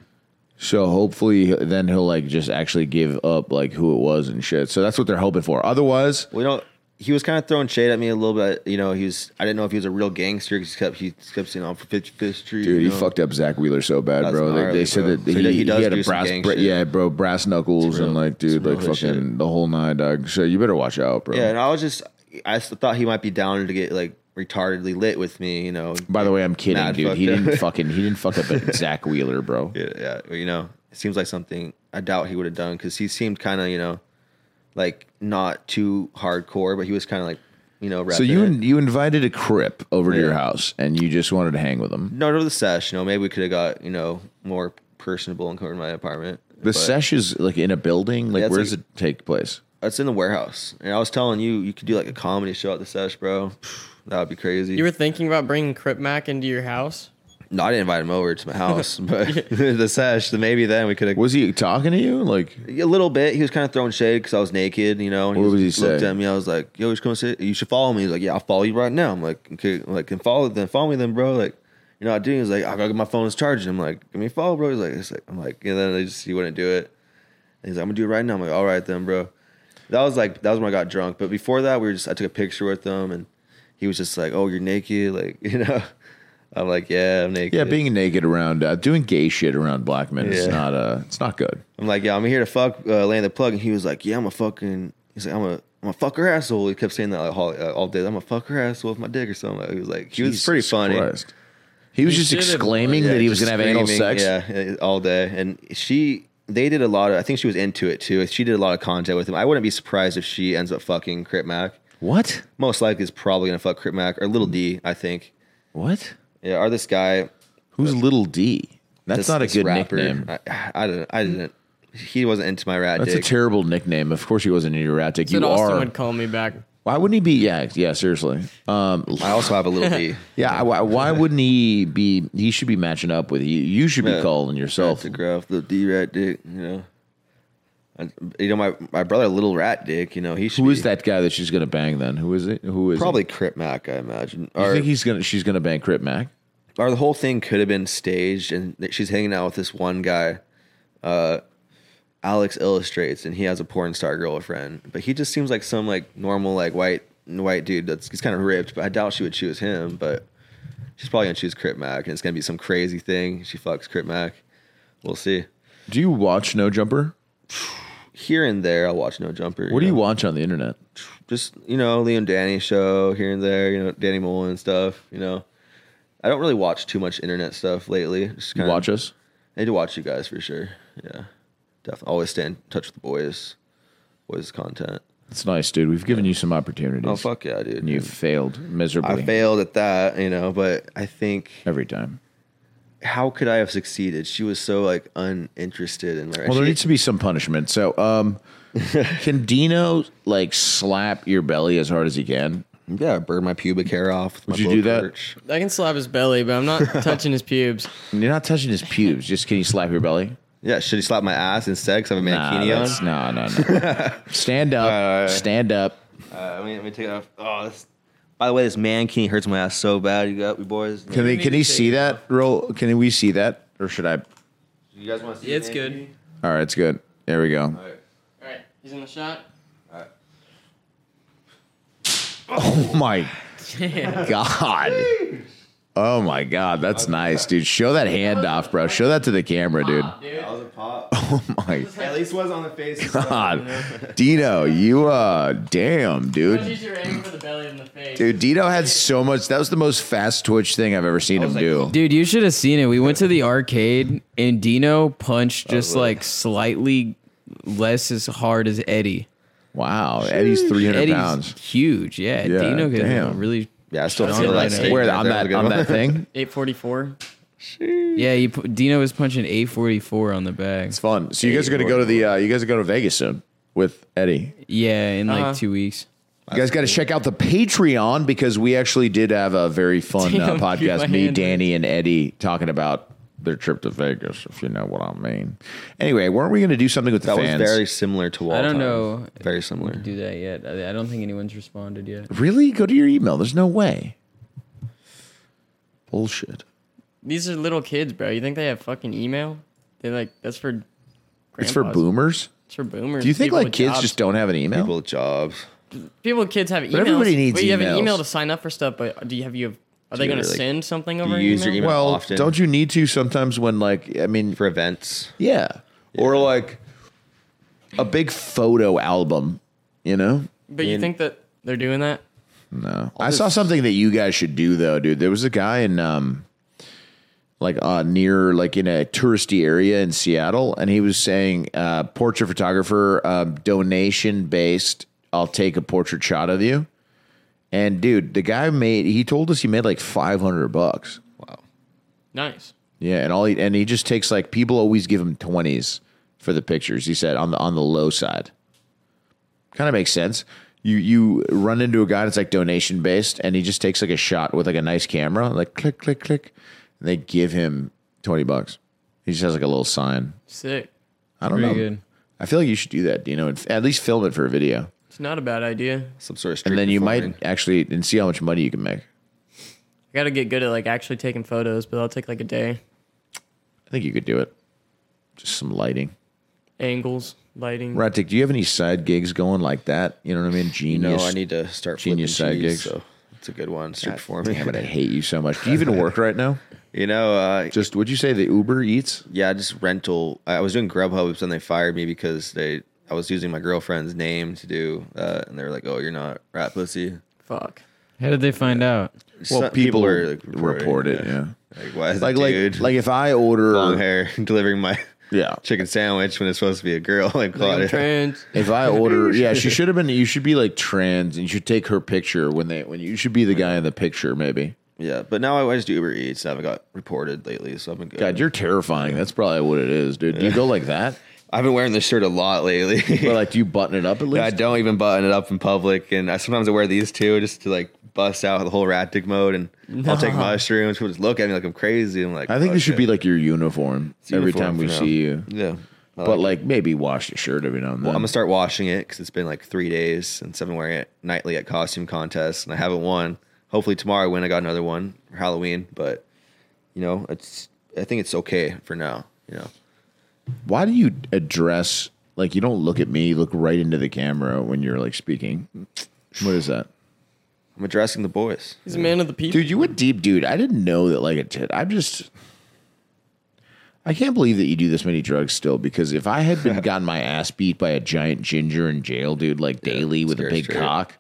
So hopefully, he- then he'll like just actually give up like who it was and shit. So that's what they're hoping for. Otherwise,
Well, you know, he was kind of throwing shade at me a little bit. You know, he was. I didn't know if he was a real gangster. 'cause He kept he kept saying, "I'm from 55th Street."
Dude,
you
he
know?
fucked up Zach Wheeler so bad,
That's
bro. They, they
gnarly,
said
bro.
that
So
he,
he does- he
he
does
had a
do some
brass,
gang
bra-
shit.
yeah, bro, brass knuckles
real.
and like, dude,
It's real
like
hood
fucking
shit.
the whole nine, dog. So you better watch out, bro.
Yeah, and I was just. I s- thought he might be down to get like retardedly lit with me. You know.
By the way, I'm kidding,
Mad
dude.
fucked
He
up.
didn't fucking he didn't fuck up at Zach Wheeler, bro.
Yeah, yeah. well, You know, it seems like something I doubt he would have done because he seemed kind of, you know, like not too hardcore, but he was kind of like, you know,
So
repping
you
it.
in, you invited a crip over to
Yeah.
your house and you just wanted to hang with him.
no, no, the sesh. You know, maybe we could have got you know more personable and covered my apartment.
The sesh is like in a building. Like,
Yeah, it's
where does
like-
it take place?
It's in the warehouse, and I was telling you, you could do like a comedy show at the sesh, bro. That would be crazy.
You were thinking about bringing Crip Mac into your house?
No, I didn't invite him over to my house, but the sesh. Then maybe then we could have
Was he talking to you? Like,
a little bit. He was kind of throwing shade because I was naked, you know. And
What
he
was he
looked
saying?
at me. I was like, "Yo, you should come sit. You should follow me." He's like, "Yeah, I'll follow you right now." I'm like, "Okay, I'm like, and follow then follow me then, bro." Like, you know, I do. He's like, "I gotta get my phone is charging." I'm like, "Give me a follow, bro." He's like, it's like- "I'm like," and then I just he wouldn't do it. And he's like, "I'm gonna do it right now." I'm like, "All right then, bro." That was like that was when I got drunk. But before that, we were just I took a picture with him, and he was just like, "Oh, you're naked," like you know. I'm like, "Yeah, I'm naked."
yeah, being naked around, uh, doing gay shit around black men is
Yeah.
not, uh, it's not good.
I'm like, yeah, I'm here to fuck uh, land the plug, and he was like, yeah, I'm a fucking. He's like, I'm a. I'm a fucker asshole. He kept saying that like, all, uh, all day. I'm a fucker asshole with my dick or something. Like, he was like, he was pretty
Jesus
funny.
Christ. He was
You
just
should have-
exclaiming
Yeah,
that he was
just
going to have anal
screaming,
sex.
Yeah, uh, all day. And she, they did a lot of. I think she was into it too. She did a lot of content with him. I wouldn't be surprised if she ends up fucking Crip Mac.
What?
Most likely is probably gonna fuck Crip Mac or Little D. I think.
What?
Yeah, or this guy.
Who's Little D? That's
this-
not a
this
good
rapper.
nickname.
I, I don't. I didn't. He wasn't into my rat
That's
dick.
a terrible nickname. Of course, he wasn't into your rat dick.
Said
you
Austin
are.
would call me back.
Why wouldn't he be? Yeah, yeah. Seriously. Um,
I also have a Little D.
yeah. Why, why wouldn't he be? He should be matching up with you. You should be
Yeah.
calling yourself.
Autograph the D rat dick, you know. And, you know my, my brother, little rat dick. You know he should
Who
be
is that guy that she's gonna bang? Then who is it? Who is it?
Probably Crip Mac, I imagine.
You
Or,
think he's gonna? She's gonna bang Crip Mac.
or the whole thing could have been staged, and that she's hanging out with this one guy. Uh, Alex illustrates, and he has a porn star girlfriend, but he just seems like some like normal like white white dude that's he's kind of ripped. But I doubt she would choose him. But she's probably gonna choose Crip Mac, and it's gonna be some crazy thing. She fucks Crip Mac. We'll see.
Do you watch No Jumper?
Here and there, I'll watch No Jumper.
What do
know?
you watch on the internet?
just you know Liam Danny show here and there, you know Danny Mullen and stuff. You know, I don't really watch too much internet stuff lately. Just
You
kind
watch us?
I need to watch you guys for sure. Yeah, definitely. Always stay in touch with the boys, boys content.
It's nice, dude. We've given you some opportunities.
Oh fuck yeah, dude!
And you failed miserably
I failed at that, you know, but I think
every time.
how could I have succeeded? She was so like uninterested in my.
Well,
she-
there needs to be some punishment. So, um, can Dino like slap your belly as hard as he can?
yeah, I burned my pubic hair off. With
Would
my
you do that?
blowtorch.
I can slap his belly, but I'm not touching his pubes.
You're not touching his pubes. Just can you slap your belly?
Yeah, should he slap my ass instead? Cause I have a
Nah,
mankini on.
that's- no, no, no. stand up. Stand up.
Uh, let, me, let me take it off. Oh, this, by the way, this mankini hurts my ass so bad. You got you boys.
Can they?
need
Can
to
he
take
see
it
that? Roll. Can we see that? Or should I?
you guys want to see?
It's good. mankini?
All right, it's good. There we go.
All right, he's in the shot.
Oh my god. Oh my god, that's nice, dude. Show that hand off, bro. Show that to the camera, dude.
That was a pop.
Oh my
At least was on the face.
god. Dino, you uh damn, dude.
your aim for the belly and the face.
Dude, Dino had so much. That was the most fast twitch thing I've ever seen him do.
Dude, you should have seen it. We went to the arcade and Dino punched just like slightly less as hard as Eddie.
Wow, Eddie's 300
Eddie's
pounds.
huge, yeah.
Yeah,
Dino could have
damn.
really
Yeah, I still
Don't
feel
know
that.
that
steak
Where
right
on
there.
that
That was a
on
good
that
one.
thing?
844.
Yeah, you put, Dino was punching A forty four on the bag.
It's fun. So you guys are gonna go to the uh, you guys are going to Vegas soon with Eddie.
Yeah, in like
Uh-huh.
two weeks.
You guys got to check out the Patreon because we actually did have a very fun uh,
Damn, keep
podcast.
my
Me,
hand.
Danny, and Eddie talking about their trip to Vegas, if you know what I mean. Anyway, weren't we going to do something with the
That
fans?
was very similar to Wall.
I don't
Time.
know.
Very similar.
Do that yet? I I don't think anyone's responded yet.
really go to your email. There's no way. Bullshit.
These are little kids, bro. You think they have fucking email? They like that's for.
It's for
grandpas.
boomers.
It's for boomers.
Do you think
people
like
with
kids
jobs.
just don't have an email?
People with jobs.
people with kids have emails?
everybody needs
Wait, you have an
emails.
email to sign up for stuff, but do you have you? Are they
you
going to
really-
send something
Do
over
you use your email
well,
often
don't you need to sometimes when like I mean
for events?
yeah. Or like a big photo album, you know?
But you think that they're doing that?
No. I saw something that you guys should do though, dude. There was a guy in um like uh near like in a touristy area in Seattle and he was saying uh portrait photographer um donation based I'll take a portrait shot of you. And dude, the guy made he told us he made like 500 bucks.
Nice.
Yeah, and all he and he just takes like people always give him 20s for the pictures. He said on the on the low side. Kind of makes sense. You you run into a guy that's like donation based and he just takes like a shot with like a nice camera, like click click click. and they give him twenty bucks. He just has like a little sign.
Sick.
I don't
Pretty
know.
good.
I feel like you should do that, Dino, and f- at least film it for a video,
It's not a bad idea.
Some sort of street
and then you might
performing.
actually and see how much money you can make.
I gotta get good at like actually taking photos, but that'll take like a day.
I think you could do it. Just some lighting.
Angles, lighting.
Ratic, do you have any side gigs going like that? You know what I mean?
You know,
Genius.
I need to start
genius
flipping
side gigs.
cheese, So it's a good one. Street performing.
Damn it, I hate you so much. Do you even work right now?
You know, uh,
Just would you say the Uber Eats?
yeah, just rental. I was doing Grubhub, but then they fired me because they I was using my girlfriend's name to do, uh, and they were like, "Oh, you're not rat pussy."
Fuck.
How did they find out?
Well,
Some-
people,
were, like,
report it. Yeah,
Like, why is
like
a
like
dude
like uh, if I order
long hair delivering my
Yeah.
chicken sandwich when it's supposed to be a girl? Like,
Like, I'm
Claudia.
trans.
If I order, yeah, she should have been. You should be like trans, and you should take her picture when they when you should be the guy in the picture. Maybe.
yeah, but now I, I just do Uber Eats. and I haven't got reported lately, so I've been good.
God, you're terrifying. That's probably what it is, dude. Do you go like that?
I've been wearing this shirt a lot lately.
But like, do you button it up at least?
I don't even button it up in public, and I sometimes I wear these too just to like bust out the whole rat dick mode. And I'll take mushrooms. People just look at me like I'm crazy. I'm like,
I think
"Oh,
this should
shit."
be like your uniform
It's
every
uniform
time we
for now.
see you.
Yeah, I
But
it.
like, maybe wash your shirt every now and then.
Well, I'm gonna start washing it because it's been like three days since I've been wearing it nightly at costume contests, and I haven't won. Hopefully tomorrow I win. I got another one for Halloween, but you know, it's I think it's okay for now. You know,
Why do you address like you don't look at me? You look right into the camera when you're like speaking. What is that?
I'm addressing the boys.
He's a man of the people.
Dude, you went deep, dude. I didn't know that. Like, it, I'm just, I can't believe that you do this many drugs still. Because if I had been gotten my ass beat by a giant ginger in jail, dude, like daily with a
scary
big
straight.
cock,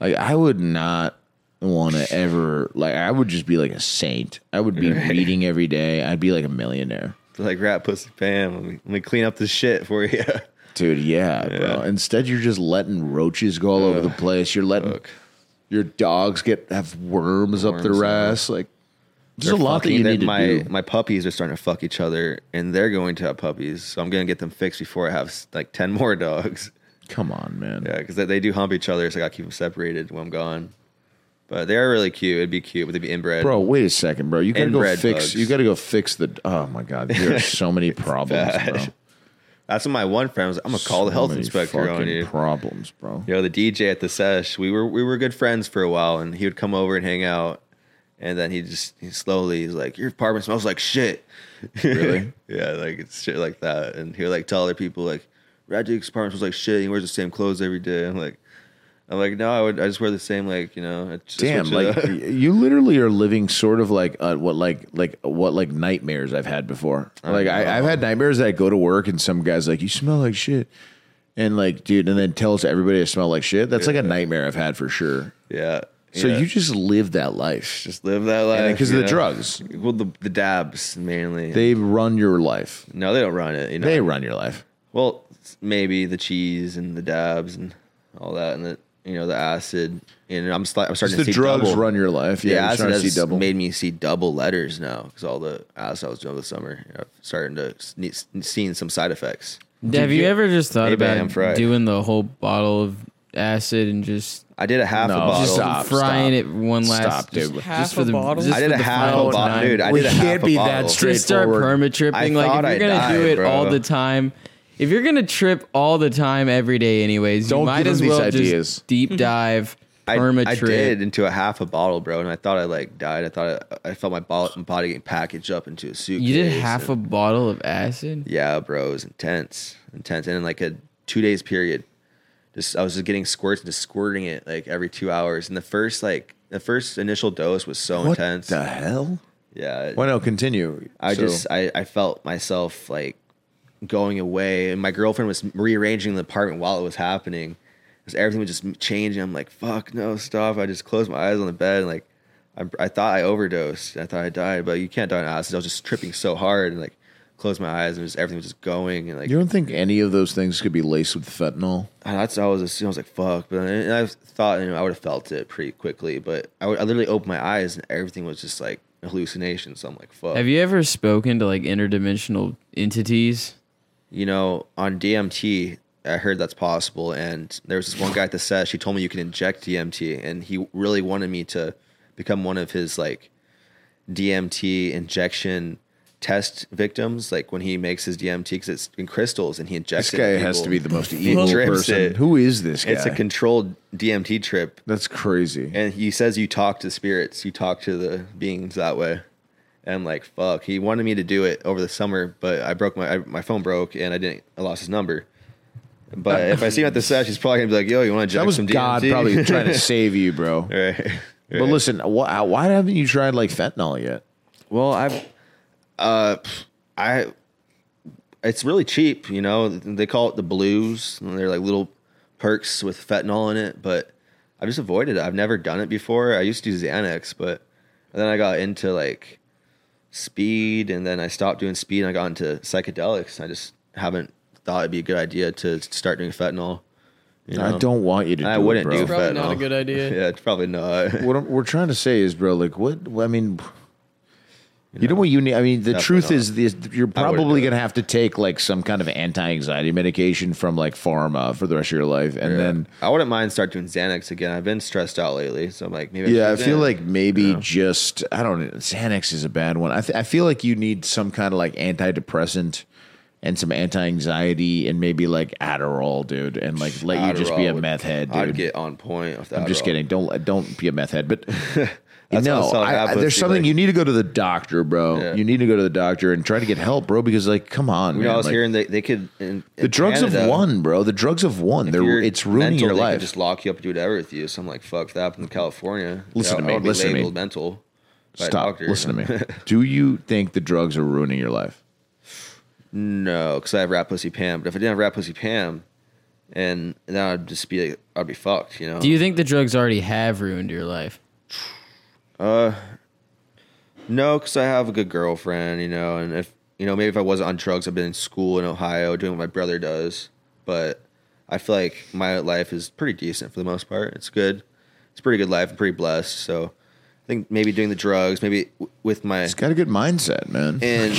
like I would not want to ever. Like, I would just be like a saint. I would be reading every day. I'd be like a millionaire,
Like rat pussy fam, let me, let me clean up this shit for you.
dude. Yeah, bro. Instead, you're just letting roaches go all over the place. You're letting
Fuck.
your dogs get have worms, up
Worms,
their
yeah.
ass. Like, there's
They're
a lot that
fucking-
you need to
my,
do.
My puppies are starting to fuck each other, and they're going to have puppies. So I'm gonna get them fixed before I have s- like ten more dogs.
Come on, man.
Yeah, because they, they do hump each other, so I gotta keep them separated when I'm gone. But they are really cute. It'd be cute, but they'd be inbred.
Bro, wait a second, bro. You gotta go
Inbred
fix.
bugs.
You gotta go fix the. Oh my god, there are so many problems,
bad.
bro.
That's what my one friend was. I'm gonna call the
So
health
many
inspector on
fucking
you.
Problems, bro.
you know, the DJ at the sesh. We were we were good friends for a while, and he would come over and hang out. And then he just he slowly he's like, "Your apartment smells like shit."
Really?
yeah, like it's shit like that. And he would like tell other people like, "Radik's apartment smells like shit. He wears the same clothes every day." I'm like, I'm like, no, I would I just wear the same like you know. I just
Damn,
switch it
like
up."
y- you literally are living sort of like uh, what like like what like nightmares I've had before. Like I, I've had nightmares that I go to work and some guys like you smell like shit, and like dude, and then tells everybody I smell like shit. That's like a nightmare I've had for sure.
yeah.
So
yeah.
you just live that life
just live that life
because of
you
the
know?
drugs.
Well, the the dabs mainly.
They run your life.
no, they don't run it. You know,
They run your life.
Well, maybe the cheese and the dabs and all that, and the you know the acid. And I'm sli- I'm starting to
the
see
drugs
double.
run your life.
Yeah,
Yeah, you're
acid
starting to see
has
double.
made me see double letters now because all the acid I was doing this summer, you know, starting to sne- seeing some side effects.
Have you ever just thought
Maybe I am fried.
about doing the whole bottle of acid and just
I did a half
No,
a bottle.
just
Stop,
frying
stop.
it one last
Stop, dude.
just,
Half
just
a
for the
bottle?
Just
I did
for
a
the
half
final
a bottle,
time.
dude. I
We
did a half
can't
a
be that
bottle.
strict.
Just start
straightforward.
perma
I
tripping. Like if
thought
you're
I
gonna
died,
do it
bro.
all the time, if you're gonna trip all the time every day, anyways,
Don't
you might
give him
as
these
well
ideas.
just deep dive
I,
perma
I
trip.
did into a half a bottle, bro, and I thought I like died. I thought I, I felt my bo- my body getting packaged up into a suitcase.
You did half
and-
a bottle of acid.
Yeah, bro, it was intense, intense, and in like a two days period, just I was just getting squirts and just squirting it like every two hours. And the first like the first initial dose was so
What
intense.
the hell?
Yeah, it-
Well, no, continue.
I
So-
just I, I felt myself like going away, and my girlfriend was rearranging the apartment while it was happening. Because everything was just changing. I'm like, fuck no, stop! I just closed my eyes on the bed and like. I, I thought I overdosed. I thought I died, but you can't die on acid. I was just tripping so hard and like closed my eyes and just everything was just going and like
you don't think any of those things could be laced with fentanyl?
And that's how I was assuming. I was like, fuck. But then, and I thought, you know, I would have felt it pretty quickly. But I, would, I literally opened my eyes and everything was just like hallucination. So I'm like, fuck.
Have
you-,
you ever spoken to like interdimensional entities?
know, on DMT, I heard that's possible. And there was this one guy at the set. She told me you can inject DMT. And he really wanted me to become one of his like DMT injection test victims. Like when he makes his DMT, because it's in crystals and he injects
This
it.
guy
in
has
people.
to be the most
He
evil
drips
person.
it.
Who is this guy?
It's a controlled DMT trip,
That's crazy.
and he says you talk to spirits, you talk to the beings that way. And I'm like, fuck. He wanted me to do it over the summer, but I broke my I, my phone broke, and I didn't. I lost his number. But if I see him at the sesh, he's probably gonna be like, "Yo, you want to
that
inject
was
some DMT?"
God probably trying to save you, bro.
right.
But listen, why, why haven't you tried like fentanyl yet?
Well, I've uh, pff, I it's really cheap, you know. They call it the blues. and They're like little perks with fentanyl in it, but I've just avoided it. I've never done it before. I used to do Xanax, but and then I got into like speed, and then I stopped doing speed, and I got into psychedelics. I just haven't thought it'd be a good idea to start doing fentanyl. you
I
know?
don't want you to.
I
do
wouldn't
it, bro.
do
Probably
fentanyl.
not a good idea.
yeah, it's probably not.
what I'm- we're trying to say is, bro, like what I mean. You know, what you need? I mean, the
Definitely
truth
not.
is, this, you're probably
do it.
going to have to take like some kind of anti-anxiety medication from like pharma for the rest of your life, and then
I wouldn't mind start doing Xanax again. I've been stressed out lately, so I'm like, maybe.
yeah, I
should
feel
Xanax.
like maybe just I don't. know. Xanax is a bad one. I th- I feel like you need some kind of like antidepressant and some anti-anxiety and maybe like Adderall, dude, and like let you just be a
Adderall would-
meth head, dude.
I'd get on point. With
I'm just
Adderall.
kidding. Don't don't be a meth head, but no,
what I saw
I- I-
happen,
there's
see,
something
like-
you need to go to the doctor, bro.
Yeah.
You need to go to the doctor and try to get help, bro. Because like, come on,
You
man.
know, I was
like,
hearing they, they could. In,
the drugs
Canada,
have won, bro. The drugs have won.
if
They're
you're
it's ruining
mental,
your
they could
life.
Just lock you up and do whatever with you. So I'm like, fuck. If that happened in California,
Listen
I-
to
I
me,
would be
listen to me.
labeled Mental. by a
Stop.
doctor.
Listen to me. Do you think the drugs are ruining your life?
No, because I have rat pussy Pam. But if I didn't have rat pussy Pam, and then I'd just be, like, I'd be fucked. You know.
Do you think the drugs already have ruined your life?
No, because I have a good girlfriend, you know, and if you know, maybe if I wasn't on drugs, I've been in school in Ohio doing what my brother does. But I feel like my life is pretty decent for the most part. It's good. It's a pretty good life. I'm pretty blessed. So I think maybe doing the drugs, maybe w- with my
It's got a good mindset, man.
and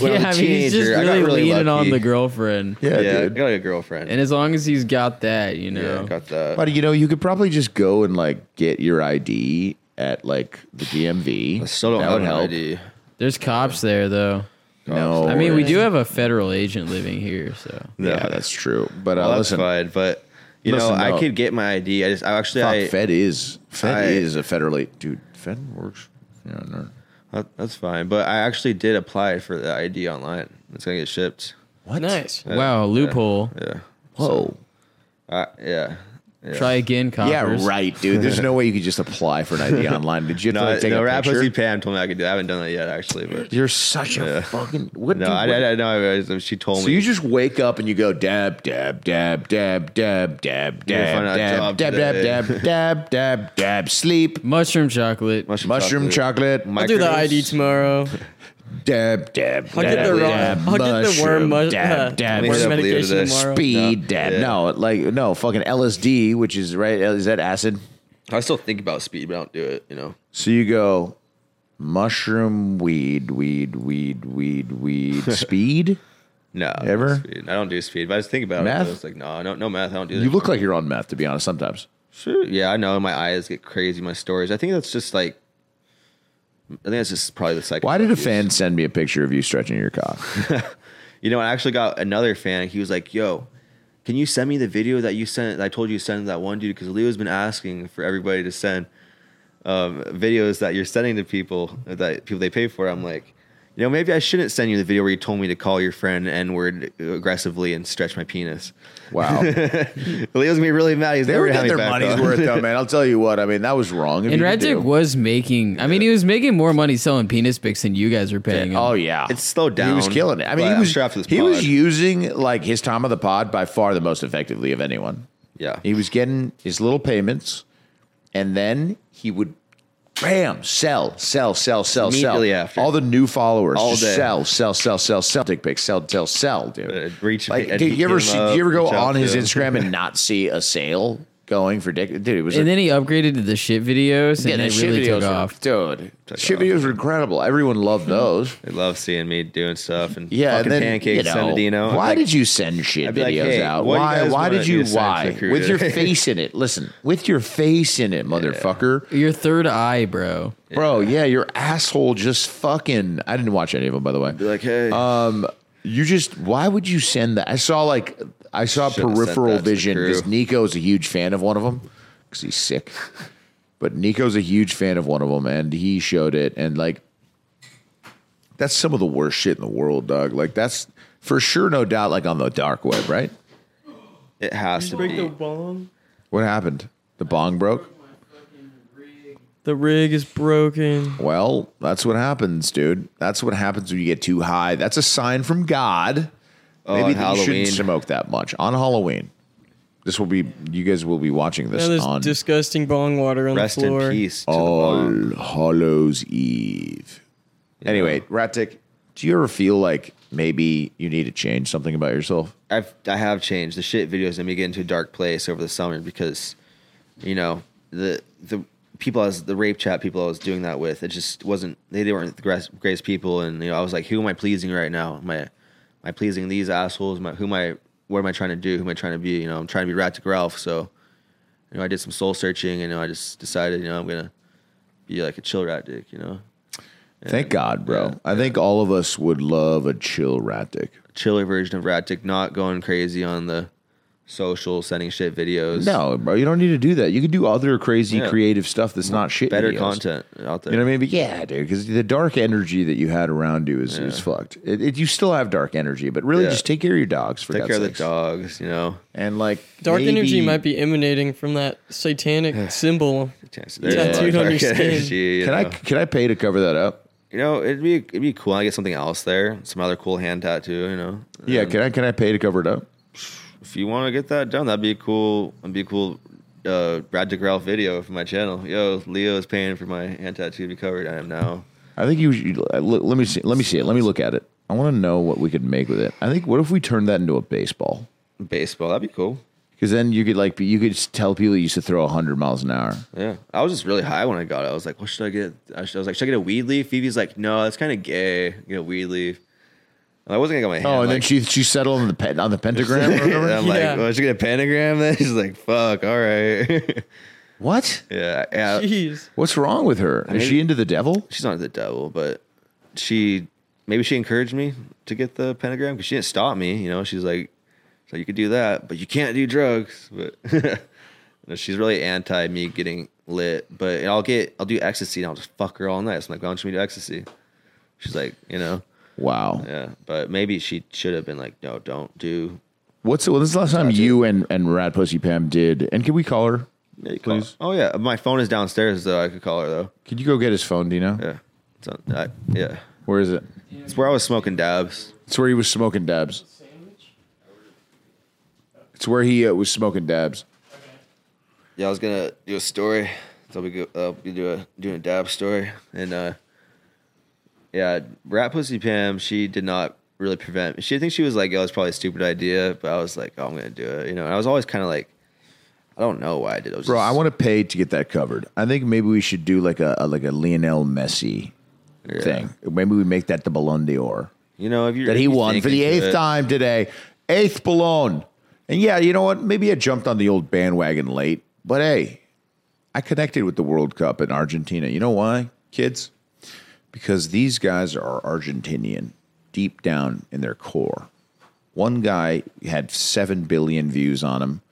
when
yeah,
I was a teenager,
he's just
I got
really,
really
leaning
lucky.
on the girlfriend.
yeah,
Yeah, I
dude.
got a girlfriend.
And as long as he's got that, you
yeah,
know.
got that.
But you know, you could probably just go and like get your ID at like the DMV.
I still don't
That
have
would
an
help.
ID.
There's cops there though.
No,
I mean, we
Yeah,
do have a federal agent living here, so
yeah, that's true. But uh,
well, that's
listen,
fine. But you know,
Listen,
I
no.
could get my ID. I just, I actually,
Fuck,
I,
Fed is Fed
I-
is a federally dude. Fed works. Yeah, no.
That- That's fine, but I actually did apply for the ID online. It's gonna get shipped.
What?
Nice.
wow, loophole.
Yeah,
Whoa.
uh, yeah. yeah.
Try again, coppers.
Yeah, right, dude. There's no way you could just apply for an ID online. Did you have
No,
to like, take
no,
a
Rat Pussy
picture?
Pam told me I could do. That. I haven't done that yet, actually. But
You're such a fucking. What,
no,
dude,
I,
what-
I, I know. I- She told
so
me.
you just wake up and you go dab dab dab dab dab dab dab
You're gonna find
dab dab dab
out job
dab
today.
dab dab dab sleep
Mushroom chocolate.
mushroom chocolate
I'll do the
Micros.
ID tomorrow.
dab dab
I'll get the
dab
wrong-
dab
I'll get the
mushroom
worm mu- uh,
dab dab
Let me
worm
see.
medication
Today.
tomorrow.
speed
No.
dab.
Yeah.
No, like no fucking LSD, which is right. Is that acid?
I still think about speed, but I don't do it. You know.
So you go mushroom, weed, weed, weed, weed, weed, speed.
No, I don't
Ever?
do speed. I don't do speed, but I just think about
Math?
it. I was like, no, I don't. No math. I don't do.
You look like you're on meth, to be honest. Sometimes
Sure. Yeah, I know. My eyes get crazy. My stories. I think that's just like. I think that's just probably the cycle.
why did a fan send me a picture of you stretching your cock?
You know, I actually got another fan. He was like, "Yo, can you send me the video that you sent? That I told you to send that one dude because Leo's been asking for everybody to send um, videos that you're sending to people that people they pay for." I'm like, you know, maybe I shouldn't send you the video where you told me to call your friend N word aggressively and stretch my penis.
Wow, they
Leo's gonna be really mad. He's never
were
gonna
getting their
have me back
money's
on.
worth, though, man. I'll tell you what. I mean, that was wrong. of
And
you to
Red Dick
do.
was making. I mean, he was making more money selling penis pics than you guys were paying him.
Oh yeah,
It's slowed
He
down,
was killing it. I mean,
but
he
I'm
was
sure after this
he was
pod-
using like his time of the pod by far the most effectively of anyone.
Yeah.
He was getting his little payments, and then he would, bam, sell, sell, sell, sell,
Immediately
sell.
after.
All the new followers,
All
just
day.
sell, sell, sell, sell, sell, dick pics, sell, sell, sell, dude.
Uh, reach-
like,
and
dude, you ever
him
see,
up,
you ever go
reach out
on his
to him.
Instagram and not see a sale? going for dick. Dude, it was
And
a,
then he upgraded to the shit videos, and
the
it
shit
really
videos
took
were-
off.
dude. shit videos were incredible. Everyone loved those.
They love seeing me doing stuff and
Yeah, and
fucking
then
pancakes,
you know,
Sendadino.
Why
Like,
did you send shit
I'd be
videos
like, "Hey,
out?
what do you
Why?
guys
Why
wanna
did
do
you?
to send
Why?
Shakira
With your
today?
face in it. Listen, with your face in it, motherfucker,
Your third eye, bro.
bro. Yeah, your asshole just fucking. I didn't watch any of them, by the way.
be like, hey,
Um, you just why would you send that? I saw like I saw
Should've sent
peripheral
that to
vision
Drew.
because Nico is a huge fan of one of them because he's sick. But Nico's a huge fan of one of them, and he showed it, and like that's some of the worst shit in the world, dog. Like that's for sure, no doubt, like on the dark web, right?
it has to be. Oh,
bong.
What happened? The bong broke.
The rig is broken.
Well, that's what happens, dude. That's what happens when you get too high. That's a sign from God. Maybe
Oh, on
that you
Halloween.
shouldn't smoke that much on Halloween. This will be you guys will be watching this
Now there's
on
disgusting bong water on
Rest
the floor.
in peace to
Oh,
the bomb.
All Hallows Eve. Anyway, Rattick, do you ever feel like maybe you need to change something about yourself?
I've I have changed the shit videos and me get into a dark place over the summer because, you know, the the people I was the rape chat people I was doing that with, it just wasn't they, they weren't the greatest, greatest people and you know, I was like, who am I pleasing right now? Am I am I pleasing these assholes? Am I, who am I what am I trying to do? Who am I trying to be? You know, I'm trying to be Ratchet Ralph, so you know, I did some soul searching and you know, I just decided, you know, I'm gonna be like a chill rat dick, you know.
Thank God, bro.
yeah,
I think all of us would love a chill Rattick.
Chiller version of Rat Dick, not going crazy on the social, sending shit videos.
No, bro, you don't need to do that. You can do other crazy
Yeah.
creative stuff that's not shit.
better
videos.
content out there.
You know what I mean? But yeah, dude, because the dark energy that you had around you is, is fucked. It, it, you still have dark energy, but really
Yeah.
just take care of your dogs for
Take
God's
care of the
sakes.
dogs, you know.
And like
Dark
maybe-
energy might be emanating from that satanic symbol.
There's
Tattooed on
dark
your skin.
energy, you
Can
know.
I can I pay to cover that up?
You know, it'd be it'd be cool. I get something else there, some other cool hand tattoo. You know, And
Yeah, can I can I pay to cover it up?
if you want to get that done, that'd be a cool. That'd be a cool. Uh, Brad DeGrell video for my channel. Yo, Leo is paying for my hand tattoo to be covered. I am now.
I think you, you uh, let, let me see let me see it. Let me look at it. I want to know what we could make with it. I think what if we turned that into a baseball?
Baseball, that'd be cool.
Because then you could like be- you could just tell people you used to throw hundred miles an hour.
Yeah, I was just really high when I got it. I was like, "What should I get?" I should- I was like, "Should I get a weed leaf?" Phoebe's like, "No, that's kind of gay. Get a weed leaf." And I wasn't gonna get my hand.
Oh, and
like,
then she she settled on the pen, on the pentagram. or
And
whatever?
I'm like,
Yeah.
well, should I get a pentagram then? She's like, fuck, all right.
what?
yeah. yeah.
Jeez.
What's wrong with her? Is
mean-
she into the devil?
She's not the devil, but she, maybe she encouraged me to get the pentagram because she didn't stop me. You know, she's like, so you could do that, but you can't do drugs. But you know, she's really anti me getting lit, but I'll get, I'll do ecstasy and I'll just fuck her all night. So I'm like, why don't you do ecstasy? She's like, you know,
Wow.
yeah, but maybe she should have been like, no, don't do.
What's well, this is the last time you and and Rat Pussy Pam did? And can we call her? Please.
Oh yeah, my phone is downstairs though. I could call her though.
Could you go get his phone, Dino?
Yeah. It's on, I, yeah.
Where is it?
It's where I was smoking dabs.
It's where he was smoking dabs. It's where he uh, was smoking dabs.
Yeah, I was gonna do a story. So we go uh, we do a doing a dab story. And uh yeah, Rat Pussy Pam, she did not really prevent she I think she was like, Oh, it's probably a stupid idea, but I was like, Oh, I'm gonna do it, you know, and I was always kinda like I don't know why I did it. I was
Bro,
just-
I want to pay to get that covered. I think maybe we should do like a, a like a Lionel Messi thing. Maybe we make that the Ballon d'Or
you know, if you
that
if
he
you
won
think
for the
into
eighth
it-
time today, eighth Ballon. And yeah, you know what? Maybe I jumped on the old bandwagon late, but hey, I connected with the World Cup in Argentina. You know why, kids? Because these guys are Argentinian deep down in their core. One guy had 7 billion views on him,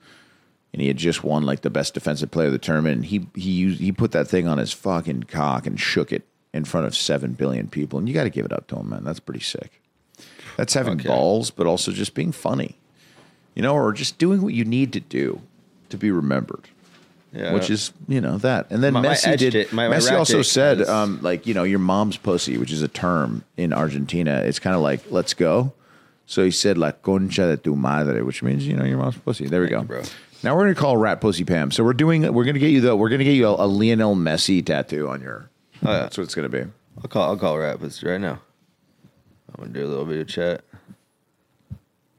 and he had just won like the best defensive player of the tournament. And he, he, used, he put that thing on his fucking cock and shook it in front of 7 billion people. And you got to give it up to him, man. That's pretty sick. That's having balls, but also just being funny, you know, or just doing what you need to do to be remembered
yeah.
which is you know that. And then
My- my
Messi
edge
did.
did- my- my
Messi
rat
also
dick
said,
was-
um, like you know, your mom's pussy, which is a term in Argentina. It's kind of like let's go. So he said la concha de tu madre, which means you know your mom's pussy. There we go.
bro.
Now we're gonna call Rat Pussy Pam. So we're doing. We're gonna get you the. We're gonna get you a, a Lionel Messi tattoo on your.
Oh,
That's what it's gonna be.
I'll call I'll call Rat Pussy right now. I'm gonna do a little video chat.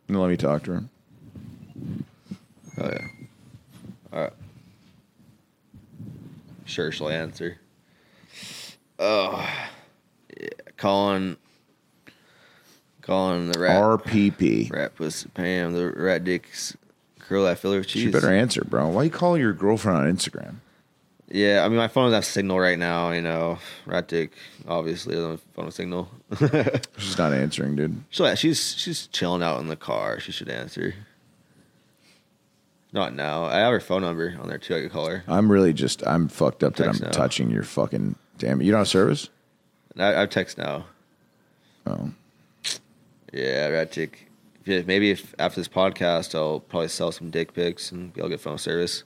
And let me talk to her.
Oh yeah. All right. sure she'll answer. Oh, yeah. calling, calling the rat.
RPP.
rat pussy Pam, the rat dick's girl that filler with cheese.
She better answer, bro. Why you call your girlfriend on Instagram?
Yeah, I mean my phone doesn't have signal right now. You know, rat dick obviously doesn't have phone signal.
She's not answering, dude.
So yeah, she's she's chilling out in the car. She should answer. Not now. I have her phone number on there too. I could call her.
I'm really just I'm fucked up that
Text
I'm
now.
touching your fucking damn it. You don't have service?
And I, I text now.
Oh.
Yeah, rat dick. Yeah, maybe if after this podcast, I'll probably sell some dick pics and I'll get phone service.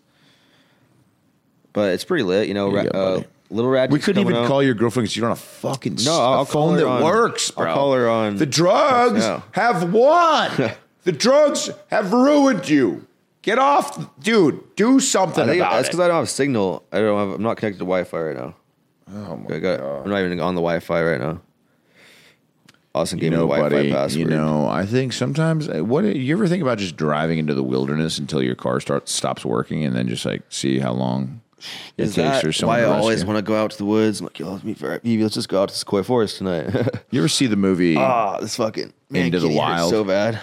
But it's pretty lit, you know.
You
Ra-
got
uh,
buddy.
little rat.
We
Dick's
couldn't
coming
even
out.
call your girlfriend because you don't have fucking s-
No, I'll-
a
I'll call
phone
her
that
on-
works,
I'll
bro.
call her on-
The drugs
No.
have won. the drugs have ruined you. Get off, dude. Do something
I think
about
that's
it.
because I don't have signal. I don't. Have, I'm not connected to Wi-Fi right now.
oh my
I got, I'm not even on the Wi-Fi right now. Austin
You
gave
know,
me the Wi-Fi
buddy.
password.
You know, I think sometimes. uh, What you ever think about just driving into the wilderness until your car starts stops working, and then just like see how long it takes
Is that
for someone
why I
to
always
rescue?
want to go out to the woods? I'm like, yo, let's meet for Evie. Let's just go out to Sequoia Forest tonight.
You ever see the movie?
ah, this fucking man
Into the
kidney hurts
wild.
so bad.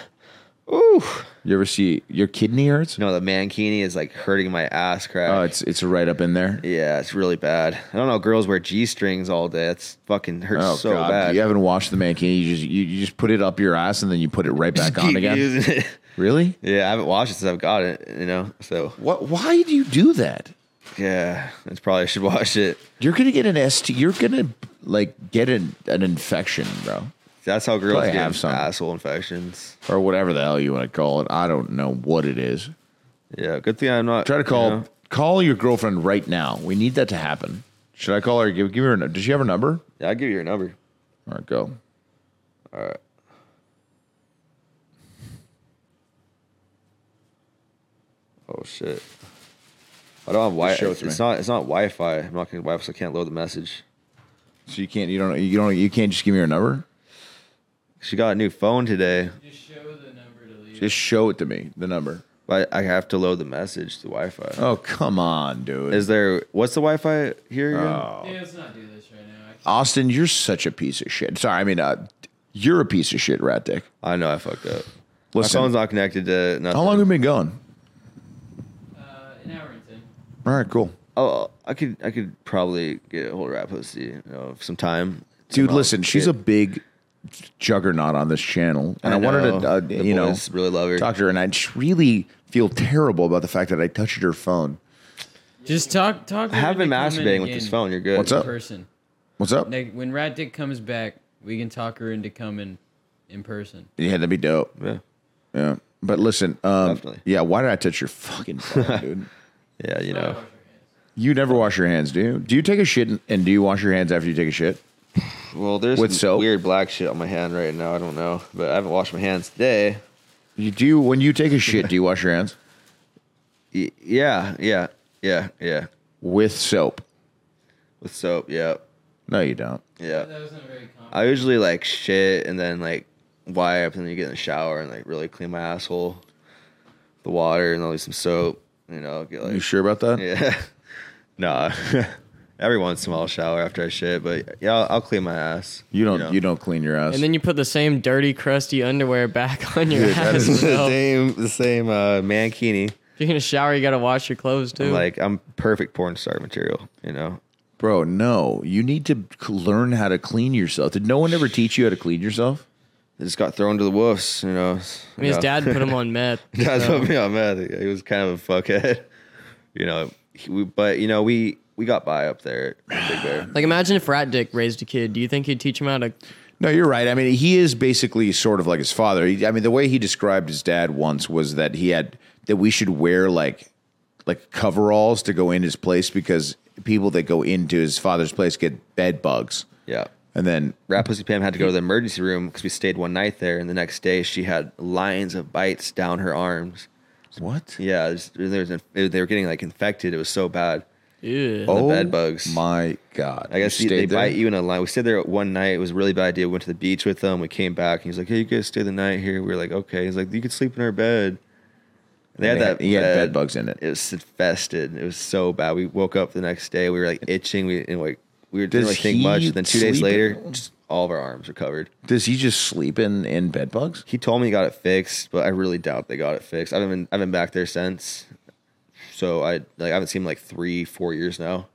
Ooh,
you ever see your kidney hurts?
no, the mankini is like hurting my ass crack.
Oh, it's it's right up in there.
yeah, it's really bad. I don't know. how Girls wear g strings all day. It's fucking hurts
Oh
so
god,
bad.
you haven't washed the mankini. You just you, you just put it up your ass and then you put it right back on
Keep
again.
using it.
Really?
Yeah, I haven't washed it since I've got it. You know, so
What? Why do you do that?
yeah, it's probably I should wash it.
You're gonna get an ST. You're gonna like get an, an infection, bro,
That's how girls
Probably
get
have some.
asshole infections.
or whatever the hell you want to call it. I don't know what it is.
Yeah, good thing I'm not
Try to
you
call
know.
call your girlfriend right now. We need that to happen. Should I call her? Give, give her. a- Does she have her number?
Yeah, I'll give you your number.
All right, go.
Oh shit. I don't have Wi
show it
it's,
to
it's
me.
not it's not Wi Fi. I'm not gonna Wi Fi so I can't load the message.
So you can't. You don't. You don't. You can't just give me her number.
She got a new phone today,
Just show the number to leave.
Just show it to me. The number.
but I have to load the message to Wi Fi.
Oh come on, dude.
Is there what's the Wi Fi here again?
Uh,
Yeah, let's not do this right now.
Austin, you're such a piece of shit. Sorry, I mean, uh, you're a piece of shit, rat dick.
I know I fucked up.
Listen,
My phone's not connected to nothing.
how long have we been going?
Uh, an hour and ten.
All right, cool.
Oh, I could I could probably get a hold of Rat Pussy, you know, some time.
Dude,
Somehow
listen, she's
get-
a big juggernaut on this channel, and I, wanted to,
know.
uh,
The
you know,
boys really love her.
talk to her, and I just really feel terrible about the fact that I touched her phone.
Just talk. Talk.
I have been masturbating with this phone. You're good.
What's up?
Person.
What's up?
Like, when Rat Dick comes back, we can talk her into coming in person.
Yeah, that'd be dope.
Yeah.
Yeah, but listen, um,
Definitely.
yeah, why did I touch your fucking phone, dude?
Yeah, you know.
You never wash your hands, do you? Do you take a shit and, and do you wash your hands after you take a shit?
Well, there's
With
some
soap?
weird black shit on my hand right now. I don't know, but I haven't washed my hands today.
You do when you take a shit. do you wash your hands
Y- yeah, yeah, yeah, yeah.
with soap?
With soap, yeah,
No, you don't.
yeah.
was not very common.
I usually like shit and then like wipe and then you get in the shower and like really clean my asshole, the water and I'll use some soap. You know, get
You
like
sure about that?
yeah, nah. Every once in a while, I'll shower after I shit, but yeah, I'll, I'll clean my ass.
You don't.
know.
You don't clean your ass.
And then you put the same dirty, crusty underwear back on your
that
ass.
the
bro.
same, the same uh, mankini.
If you're gonna shower, you gotta wash your clothes too.
Like I'm perfect porn star material. You know,
Bro, no. You need to c- learn how to clean yourself. Did no one ever teach you how to clean yourself?
They just got thrown to the wolves, you know.
I mean, his dad put him on meth.
Dad's
so-
Um,
put me on meth. He was kind of a fuckhead, you know. He, we, but you know, we we got by up there, at Big Bear.
Like, imagine if Rat Dick raised a kid. Do you think he'd teach him how to?
No, you're right. I mean, he is basically sort of like his father. He, I mean, the way he described his dad once was that he had that we should wear like like coveralls to go in his place because people that go into his father's place get bed bugs.
Yeah.
And then
Rat Pussy Pam had to go to the emergency room because we stayed one night there, and the next day she had lines of bites down her arms.
what?
Yeah, it was, there was, they were getting like infected. It was so bad.
Ew.
Oh,
bed bugs.
My God.
I guess
You
they- they
stayed there?
bite you in a line. We stayed there one night. It was a really bad idea. We went to the beach with them. We came back and he's like, "Hey, you guys stay the night here." We were like, "Okay." He's like, "You can sleep in our bed." They had
They
that.
had- he had
uh,
bed bugs in it.
It was infested. It was so bad. We woke up the next day. We were like itching. We and like we were didn't
Does
really think much.
he
And then two days
sleep-
later, just all of our arms were covered.
Does he just sleep in in bed bugs?
He told me he got it fixed, but I really doubt they got it fixed. I haven't been, I've been back there since, so I like I haven't seen him like three, four years now.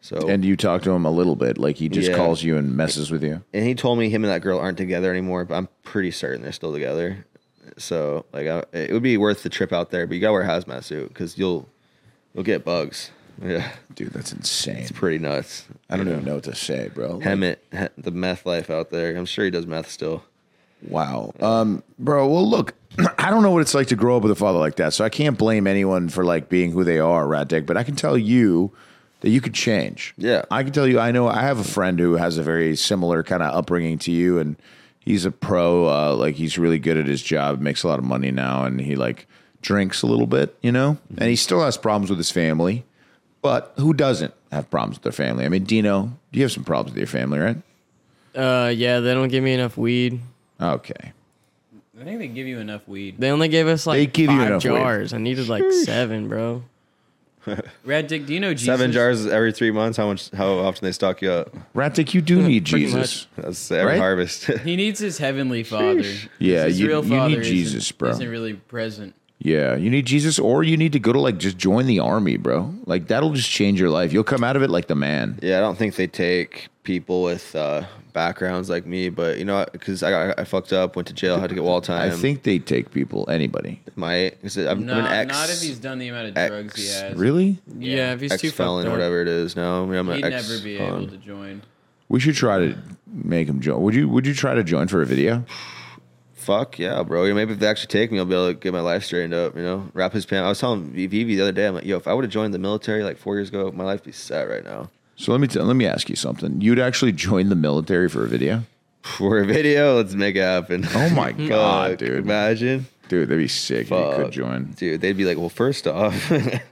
So
And you talk to him a little bit, like he just
Yeah.
calls you and messes with you.
and he told me him and that girl aren't together anymore, but I'm pretty certain they're still together. So like, I, it would be worth the trip out there, but you gotta wear a hazmat suit because you'll you'll get bugs. Yeah,
Dude, that's insane.
it's pretty nuts.
I don't even know what to say, bro.
Hemet, he- the meth life out there. I'm sure he does meth still.
Wow. Um, bro, well, look, I don't know what it's like to grow up with a father like that. So I can't blame anyone for like being who they are, Rat Dick, but I can tell you that you could change.
Yeah.
I can tell you, I know I have a friend who has a very similar kind of upbringing to you, and he's a pro. Uh, like, he's really good at his job, makes a lot of money now, and he like drinks a little bit, you know? And he still has problems with his family, but who doesn't have problems with their family? I mean, Dino, you have some problems with your family, right?
Uh, yeah, they don't give me enough weed.
Okay.
I think they give you enough weed.
They only gave us like
They give you
five
enough weed.
jars. I needed like seven, bro.
Rad Dick, do you know Jesus?
Seven jars every three months. How much? How often they stock you up?
Rat Dick, you do need
Pretty
Jesus.
much.
That's every
Right?
harvest.
He needs his heavenly father.
Yeah,
his
you- you need
isn't-
Jesus, bro.
Isn't really present.
Yeah, you need Jesus, or you need to go to like just join the army, bro. Like that'll just change your life. You'll come out of it like the man.
Yeah, I don't think they take people with uh, backgrounds like me, but you know, because I, got- I fucked up, went to jail, had to get wall
I
time.
think they take people, anybody.
my is it, I'm,
No,
I'm an ex,
not if he's done the amount of
ex-
drugs he has.
Really?
Yeah, if he's
ex
too
felon
fucked
or
up.
whatever it is. No, I mean, I'm an
He'd
ex.
never be able to join.
We should try to make him join. Would you? Would you try to join for a video?
Fuck yeah, bro. You know, maybe if they actually take me, I'll be able to get my life straightened up. You know, wrap his pants. I was telling Vivi the other day, I'm like, yo, if I would have joined the military like four years ago, my life'd be set right now.
So let me t- let me ask you something. You'd actually join the military for a video,
For a video, let's make it happen.
Oh my God,
Fuck,
dude.
Imagine,
dude. That'd be sick. If you
Fuck.
could join.
dude. They'd be like, well, first off, you gotta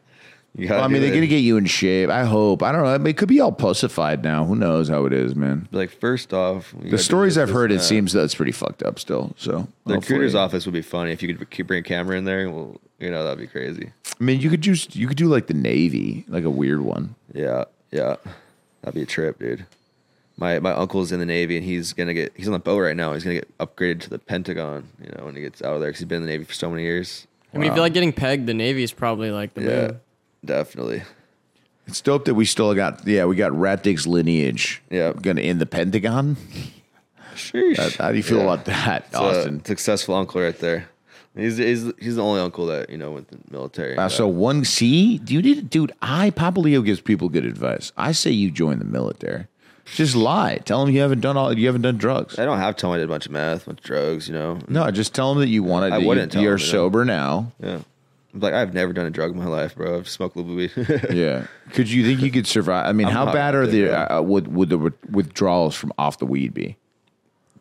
Well, I
do
mean, they're
it.
gonna get you in shape. I hope. I don't know. I mean, it could be all pussified now. Who knows how it is, man.
like first off,
The stories I've heard, it seems that's pretty fucked up still. So
the recruiter's
hopefully-
office would be funny if you could keep bring a camera in there. Well, you know that'd be crazy.
I mean, you could just you could do like the Navy, like a weird one.
Yeah, yeah, that'd be a trip, dude. My my uncle's in the Navy and he's gonna get he's on the boat right now. He's gonna get upgraded to the Pentagon, you know, when he gets out of there because he's been in the Navy for so many years.
I mean, if you like getting pegged, the Navy is probably like the
Yeah,
move.
definitely.
It's dope that we still got yeah we got Rat Dick's lineage.
Yeah.
gonna end the Pentagon.
Sheesh.
How do you feel
Yeah.
about that,
It's uh, a
Austin?
successful uncle right there. He's, he's he's the only uncle that you know went to the military.
Uh, so one C, do you need, dude? I Papa Leo gives people good advice. I say you join the military. Just lie. Tell them you haven't done all. You haven't done drugs.
I don't have to tell him I did a bunch of meth, a bunch of drugs, you know.
No, just tell them that you wanted.
I
that
wouldn't
You,
tell
you're
'em, you know.
sober now.
Yeah. I'm Like I've never done a drug in my life, bro. I've smoked a little weed.
Yeah. Could you think you could survive? I mean, how
not
bad are
addicted,
the uh, would would the withdrawals from off the weed be?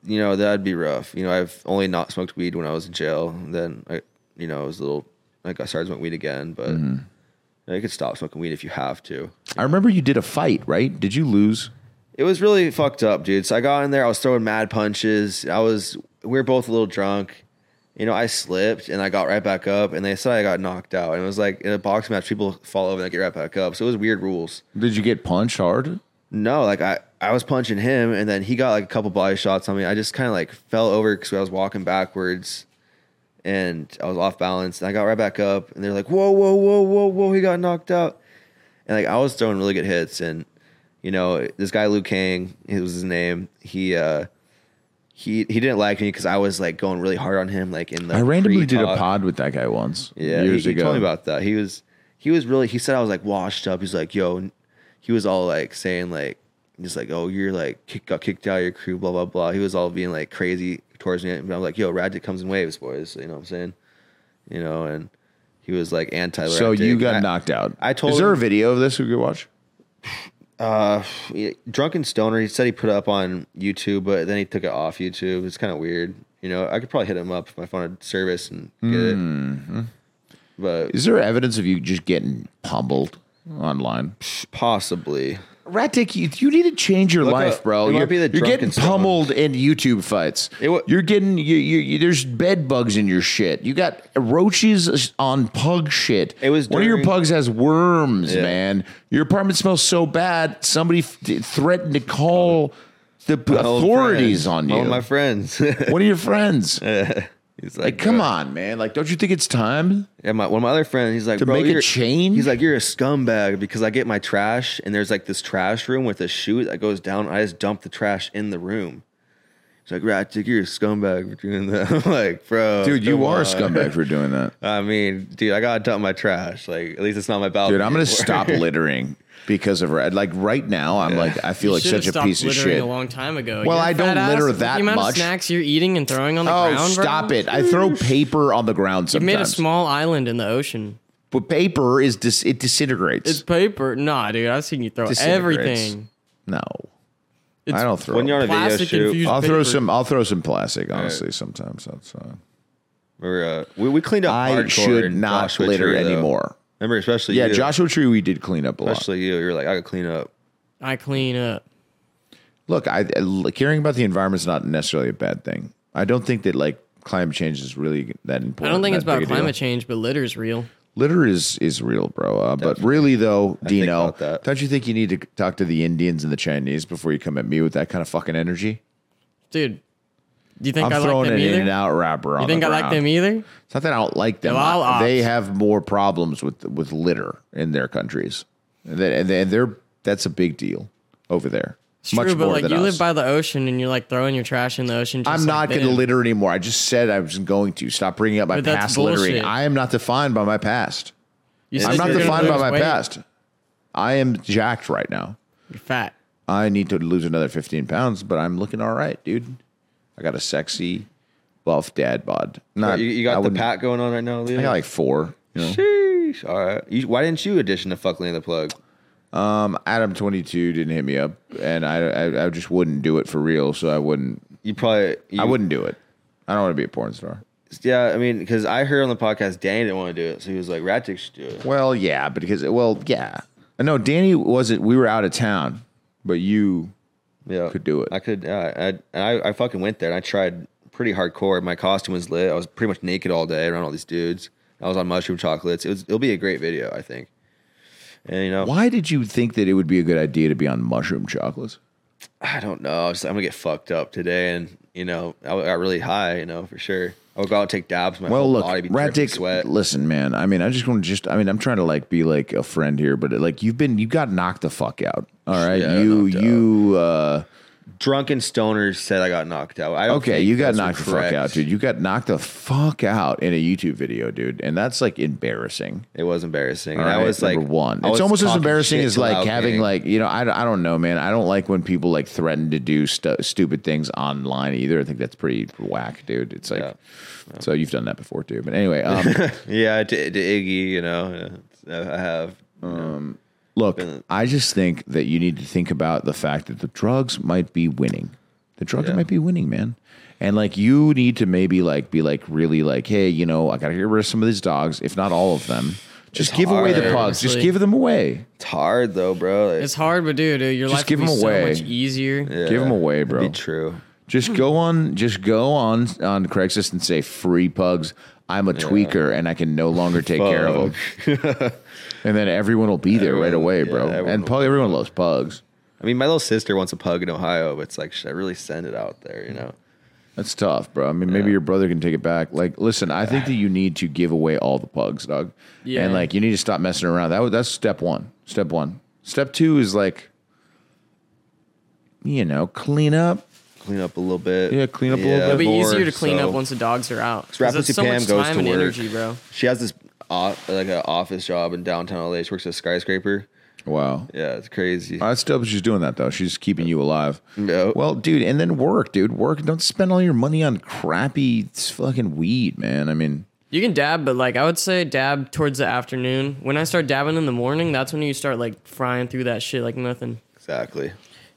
you know, that'd be rough. You know, I've only not smoked weed when I was in jail. And then I, you know, I was a little like I started smoking weed again, but you, know, you could stop smoking weed if you have to.
I remember you did a fight, right? Did you lose?
It was really fucked up, dude. So I got in there. I was throwing mad punches. I was. We were both a little drunk. You know, I slipped and I got right back up, and they said I got knocked out. And it was like in a boxing match, people fall over and they get right back up. So it was weird rules.
Did you get punched hard?
No, like I, I was punching him, and then he got like a couple body shots on me. I just kind of like fell over because I was walking backwards, and I was off balance. And I got right back up, and they're like, "Whoa, whoa, whoa, whoa, whoa!" He got knocked out, and like I was throwing really good hits, and you know this guy Liu Kang, it was his name. He, uh he, he didn't like me because I was like going really hard on him, like in the.
I randomly did a
pre-talk.
pod with that guy once.
Yeah,
years
he, he
ago.
told me about that. He was he was really he said I was like washed up. He's like, yo, n- he was all like saying like he's like, oh, you're like kick, got kicked out of your crew, blah blah blah. He was all being like crazy towards me, and I'm like, yo, Raddick comes in waves, boys. You know what I'm saying? You know, and he was like anti.
So you got knocked out.
I told
Is there a
him-
video of this we could watch?
Drunken Stoner. He said he put it up on YouTube, but then he took it off YouTube. It's kind of weird. You know, I could probably hit him up if my phone had service and get it. But
Mm-hmm. Is there evidence of you just getting pummeled online?
possibly.
Rat Dick, you, you need to change your
Look
life,
up-
bro.
it might
You're,
be the
you're getting
drunken stone.
pummeled in YouTube fights.
It wa-
you're getting you, you, you- There's bed bugs in your shit. You got roaches on pug shit.
It was
one of your
during-
pugs has worms,
Yeah.
man. Your apartment smells so bad. Somebody f- threatened to call the p-
Oh, My old
authorities
friends.
on you.
One of my friends.
one of your friends.
He's
like, come
"Bro."
on, man. Like, don't you think it's time?
And my one of my other friends, he's like,
To
bro,
make a
you're,
change?
He's like, you're a scumbag because I get my trash and there's like this trash room with a chute that goes down. I just dump the trash in the room. He's like, Rat, Dick, you're a scumbag for doing that. I'm like, bro,
Dude, you
come
are a
on."
scumbag for doing that.
I mean, dude, I gotta dump my trash. Like, at least it's not my balcony.
Dude, I'm gonna
anymore.
stop littering because of rat. Like right now, I'm like I feel like
Should've
such a
stopped
piece of
littering
shit.
A long time ago.
Well,
You're
I
a
don't
fat ass
litter
with
that
the amount
much.
Of snacks you're eating and throwing on the
Oh,
ground. bro.
stop it! I throw paper on the ground
You
sometimes.
made a small island in the ocean.
but paper is dis- it disintegrates.
It's paper. Nah, dude. I've seen you throw
Disintegrates.
everything.
no,
It's
I don't throw.
When you're on a video
Plastic
shoot,
infused
I'll throw
paper.
some. I'll throw some plastic. Honestly, sometimes that's. Uh,
we're, uh, we, we cleaned up.
I
hardcore
should
in
not
Joshua
litter
Tree, though.
anymore.
Remember, especially
Yeah,
you.
Joshua Tree, we did clean up a lot.
especially you. You're like, I gotta clean up.
I clean up.
Look, I, I- caring about the environment is not necessarily a bad thing. I don't think that like climate change is really that important.
I don't think
that
it's
big
about
a deal.
climate change, but litter's real.
Litter is is real, bro. Uh, but really, though, Dino,
about that.
don't you think you need to talk to the Indians and the Chinese before you come at me with that kind of fucking energy?
Dude, do you think
I'm
i like
throwing
them
an
either?
in and out wrapper on.
you think
the
I
ground.
like them either?
It's not that I don't like them.
They're all
I- they
ops.
have more problems with with litter in their countries, and they- and they- and they're that's a big deal over there.
It's
Much
true, but
more
like
than
you
us.
live by the ocean and you're like throwing your trash in the ocean. Just
I'm
like
not going to
them.
litter anymore. I just said I was going to stop bringing up my
But that's
past littering.
bullshit.
I am not defined by my past.
You said
I'm not
you're gonna
defined by
lose
my
weight.
past. I am jacked right now.
You're fat.
I need to lose another 15 pounds, but I'm looking all right, dude. I got a sexy, buff dad bod. Not,
you, you
I
got the
wouldn't-
pat going on right now, Leo.
I got like four. You know?
Sheesh. All right. You, why didn't you audition to fuck Lane the Plug?
Um, Adam 22 didn't hit me up, and I, I I just wouldn't do it for real. So I wouldn't
You probably. You,
I wouldn't do it. I don't want to be a porn star.
Yeah, I mean, because I heard on the podcast Danny didn't want to do it, so he was like, "Rattick should do it."
Well, yeah, because well, yeah. No, Danny wasn't. We were out of town, but you
Yeah,
Could do it.
I could. Yeah, I, and I, I fucking went there and I tried pretty hardcore. My costume was lit. I was pretty much naked all day around all these dudes. I was on mushroom chocolates. It was. It'll be a great video, I think. And you know,
Why did you think that it would be a good idea to be on mushroom chocolates?
I don't know. I was, I'm gonna get fucked up today, and you know, I got really high. You know, for sure. I would go out and take dabs. My
Well,
whole
look,
body be
Rat
dripping
Dick,
sweat.
listen, man. I mean, I just want to just, I mean, I'm trying to like be like a friend here, but like you've been, you got knocked the fuck out. All right.
Yeah,
you,
knocked
you, uh,
Drunken stoners said I got knocked out. I don't
okay,
think
you got
those are
knocked the fuck
correct.
out, dude. You got knocked the fuck out in a YouTube video, dude. And that's like embarrassing.
It was embarrassing.
All
and I
right,
was like,
number one.
I
It's
was
almost as
talking
embarrassing
shit
as
to
like
Loud
having
Gang.
like you know I, I don't know man I don't like when people like threaten to do stu- stupid things online either. I think that's pretty whack, dude. It's like
Yeah.
so you've done that before too. But anyway, um,
yeah to, to Iggy. You know, uh, I have.
look, I just think that you need to think about the fact that the drugs might be winning. The drugs might be winning, man. And like you need to maybe like be like really like hey you know I gotta get rid of some of these dogs if not all of them. Just give away the
hard,
pugs. Just
honestly.
give them away.
It's hard though, bro. Like,
It's hard, but dude, dude your
Just
life
give
would be
them
so
away.
much easier.
Give 'em Give them away, bro.
be hmm. true.
Just go on, just go on on Craigslist and say free pugs. I'm a tweaker and I can no longer take care of them. And then everyone will be there right
Everyone-
away,
yeah,
bro.
everyone
and
will
pug, everyone loves pugs.
I mean, my little sister wants a pug in Ohio, but it's like, should I really send it out there? You know,
That's tough, bro. I mean, maybe your brother can take it back. Like, listen, I think that you need to give away all the pugs, dog.
Yeah.
And like, you need to stop messing around. That was- that's step one. Step one. Step two is like, you know, clean up.
clean up a little bit.
Yeah, clean up a little bit.
It'll be
more,
easier to clean
so-
up once the dogs are out. 'Cause
Rapid
that's
City
so
Pam
much
goes
time
to
and
work.
energy, bro.
She has this off, like an office job in downtown LA. She works at a skyscraper.
Wow.
Yeah, it's crazy.
That's dope. She's doing that though. She's keeping you alive.
No.
Well, dude, and then work, dude. Work. Don't spend all your money on crappy fucking weed, man. I mean,
You can dab, but like I would say dab towards the afternoon. When I start dabbing in the morning, that's when you start like frying through that shit like nothing.
exactly.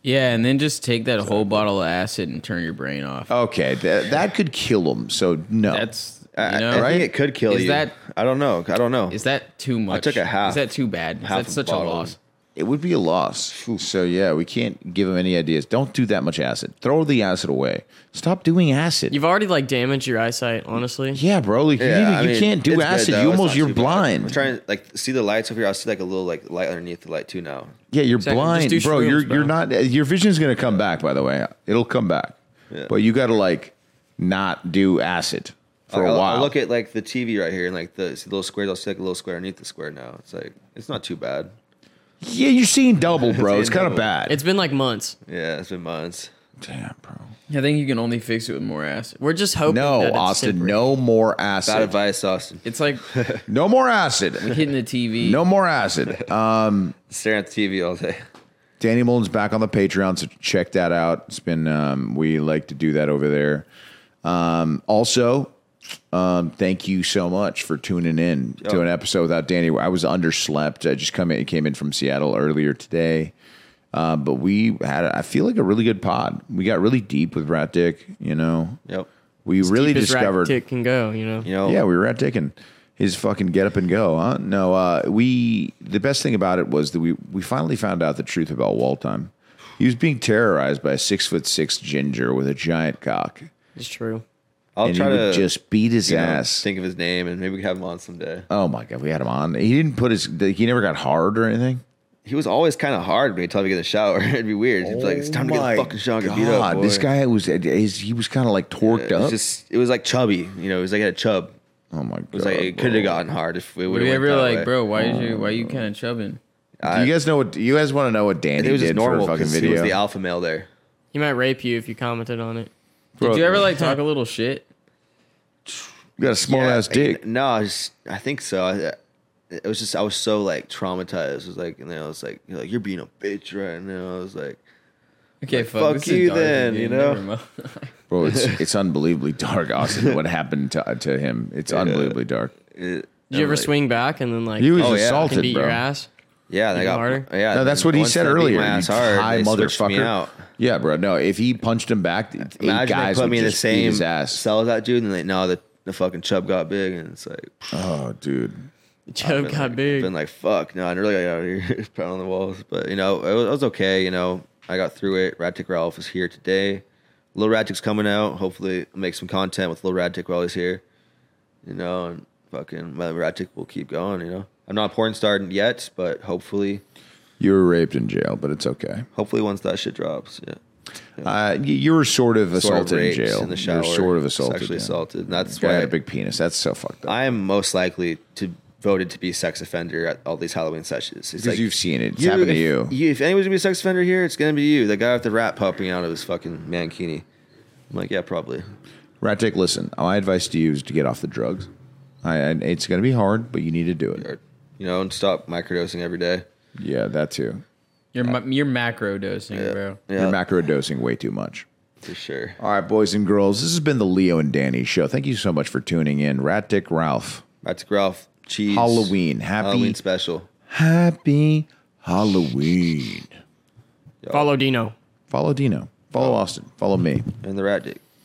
Yeah, and then just take that whole bottle of acid and turn your brain off.
Oh,
okay, that that could kill them. So no,
That's you
I,
know,
I
right?
think it could kill
Is
you.
that-
I don't know. I don't know.
Is that too much?
took a half-
Is that too bad? Is
half
that
a
such a
bottle.
loss?
it would be a loss. So yeah, we can't give him any ideas. Don't do that much acid. Throw the acid away. Stop doing acid.
You've already like damaged your eyesight, honestly.
yeah, bro. Like, you need to-
I
you,
mean,
can't do
it's good,
acid.
though.
you
It's
almost
not
you're
too bad.
blind.
I'm trying to like see the lights over here. I see like a little like light underneath the light too now.
Yeah, you're
Exactly.
blind,
Just do
bro.
shrooms,
You're you're
bro.
not. uh, Your vision's gonna come back. By the way, it'll come back. But you got to like not do acid for
Like,
a
I'll,
while.
I'll look at like the TV right here and like the, see the little squares. I'll see like a little square underneath the square now. It's like it's not too bad.
yeah, you're seeing double, bro. it's
Seeing
kind of
double.
bad.
It's been like months.
Yeah, it's been months.
damn, bro.
I think you can only fix it with more acid.
We're just hoping. that
No,
it's
Austin.
temporary.
No more
Bad
acid.
advice, Austin.
It's like
No more acid.
hitting the TV.
No more acid.
Staring at the TV all day.
Danny Mullen's back on the Patreon, so check that out. It's been um, we like to do that over there. Um, also, um, thank you so much for tuning in to an episode without Danny. I was underslept. I just come in, came in from Seattle earlier today, uh, but we had I feel like a really good pod. We got really deep with Rat Dick. You know,
Yep.
we really
Deepest rat
discovered
tick can go. You know.
You know.
yeah, we were at taking his fucking get up and go, huh? No, uh, we the best thing about it was that we we finally found out the truth about Walton. He was being terrorized by a six foot six ginger with a giant cock,
It's true.
I'll
and he
try
would
to
just beat his
you know,
ass.
think of his name and maybe we can have him on someday.
oh my god, we had him on. He didn't put his. He never got hard or anything.
He was always kind of hard when he told me to get in the shower. It'd be weird. He'd be like, "It's time to get
Oh my
the fucking shower and get beat up."
this
boy."
guy was. His, he was kind of like
It
torqued
was
up.
just it was like chubby. You know, it was like a chub.
oh my god,
It was like it could have gotten hard if it
Were
would
you
have
ever
that
like,
way. Oh.
bro, why you why you kind of chubbing?
Do you guys know what? You guys want to know what Danny
It was
did
just normal
for a fucking
because
video?
he was the alpha male there.
He might rape you if you commented on it.
Bro,
Did you ever like talk a little shit?
you got a small ass
I-
dick?
No, I, just, I think so. I, it was just I was so like traumatized. It was like and then I was like, you're like you're being a bitch right now. I was like,
Okay, fuck,
fuck
this is
you
dark,
then,
dude.
you know?
Never mind.
Bro, it's it's unbelievably dark, Austin. What happened to uh, to him? It's unbelievably dark.
it,
Did you
I'm
ever
like-
swing back and then like
He was
Oh, yeah.
fucking
assaulted,
beat
bro.
your ass?
Yeah, and I
Beat
got
harder?
Yeah,
No, that's what he
once
said
they beat
earlier.
My ass
you
hard,
high
they switched
motherfucker.
Me out.
Yeah, bro. No, if he punched him back, eight
Imagine
guys
they put
would
me in the
just beat
same
his ass.
cell as that dude, and like, no, the the fucking chub got big, and it's like
oh, dude.
Joe got
like,
big.
Been like, fuck, no, I really got out of here, pound on the walls. But you know, it was, it was okay. You know, I got through it. Radtick Ralph is here today. Lil Radtick's coming out. Hopefully, I'll make some content with Lil Radtick while he's here. You know, and fucking my Radtick will keep going. You know, I'm not a porn star yet, but hopefully,
You were raped in jail, but it's okay.
hopefully, once that shit drops, yeah.
Uh, y- you were sort of
Sort
assaulted
of
in
raped
jail.
in the shower.
you were sort of assaulted.
Sexually
yeah.
assaulted. And that's
Guy
why
had a big penis. That's so fucked up.
I am most likely to voted to be a sex offender at all these Halloween sessions. It's
Because you've seen it. It's happened to you.
if, If anyone's gonna be a sex offender here, it's gonna be you, the guy with the rat popping out of his fucking mankini. I'm like, yeah, probably.
Rat Dick, listen. My advice to you is to get off the drugs. I, and it's going to be hard, but you need to do it.
Or, you know, and stop microdosing every day.
Yeah, that too.
You're ma- you're macro dosing, bro.
Yeah,
You're macro dosing way too much.
for sure.
All right, boys and girls, this has been the Leo and Danny show. Thank you so much for tuning in. Rat Dick Ralph,
That's Ralph. Cheese.
Halloween, happy,
Halloween special.
happy Halloween.
Follow Dino.
Follow Dino, follow Austin, follow me.
And the rat dick.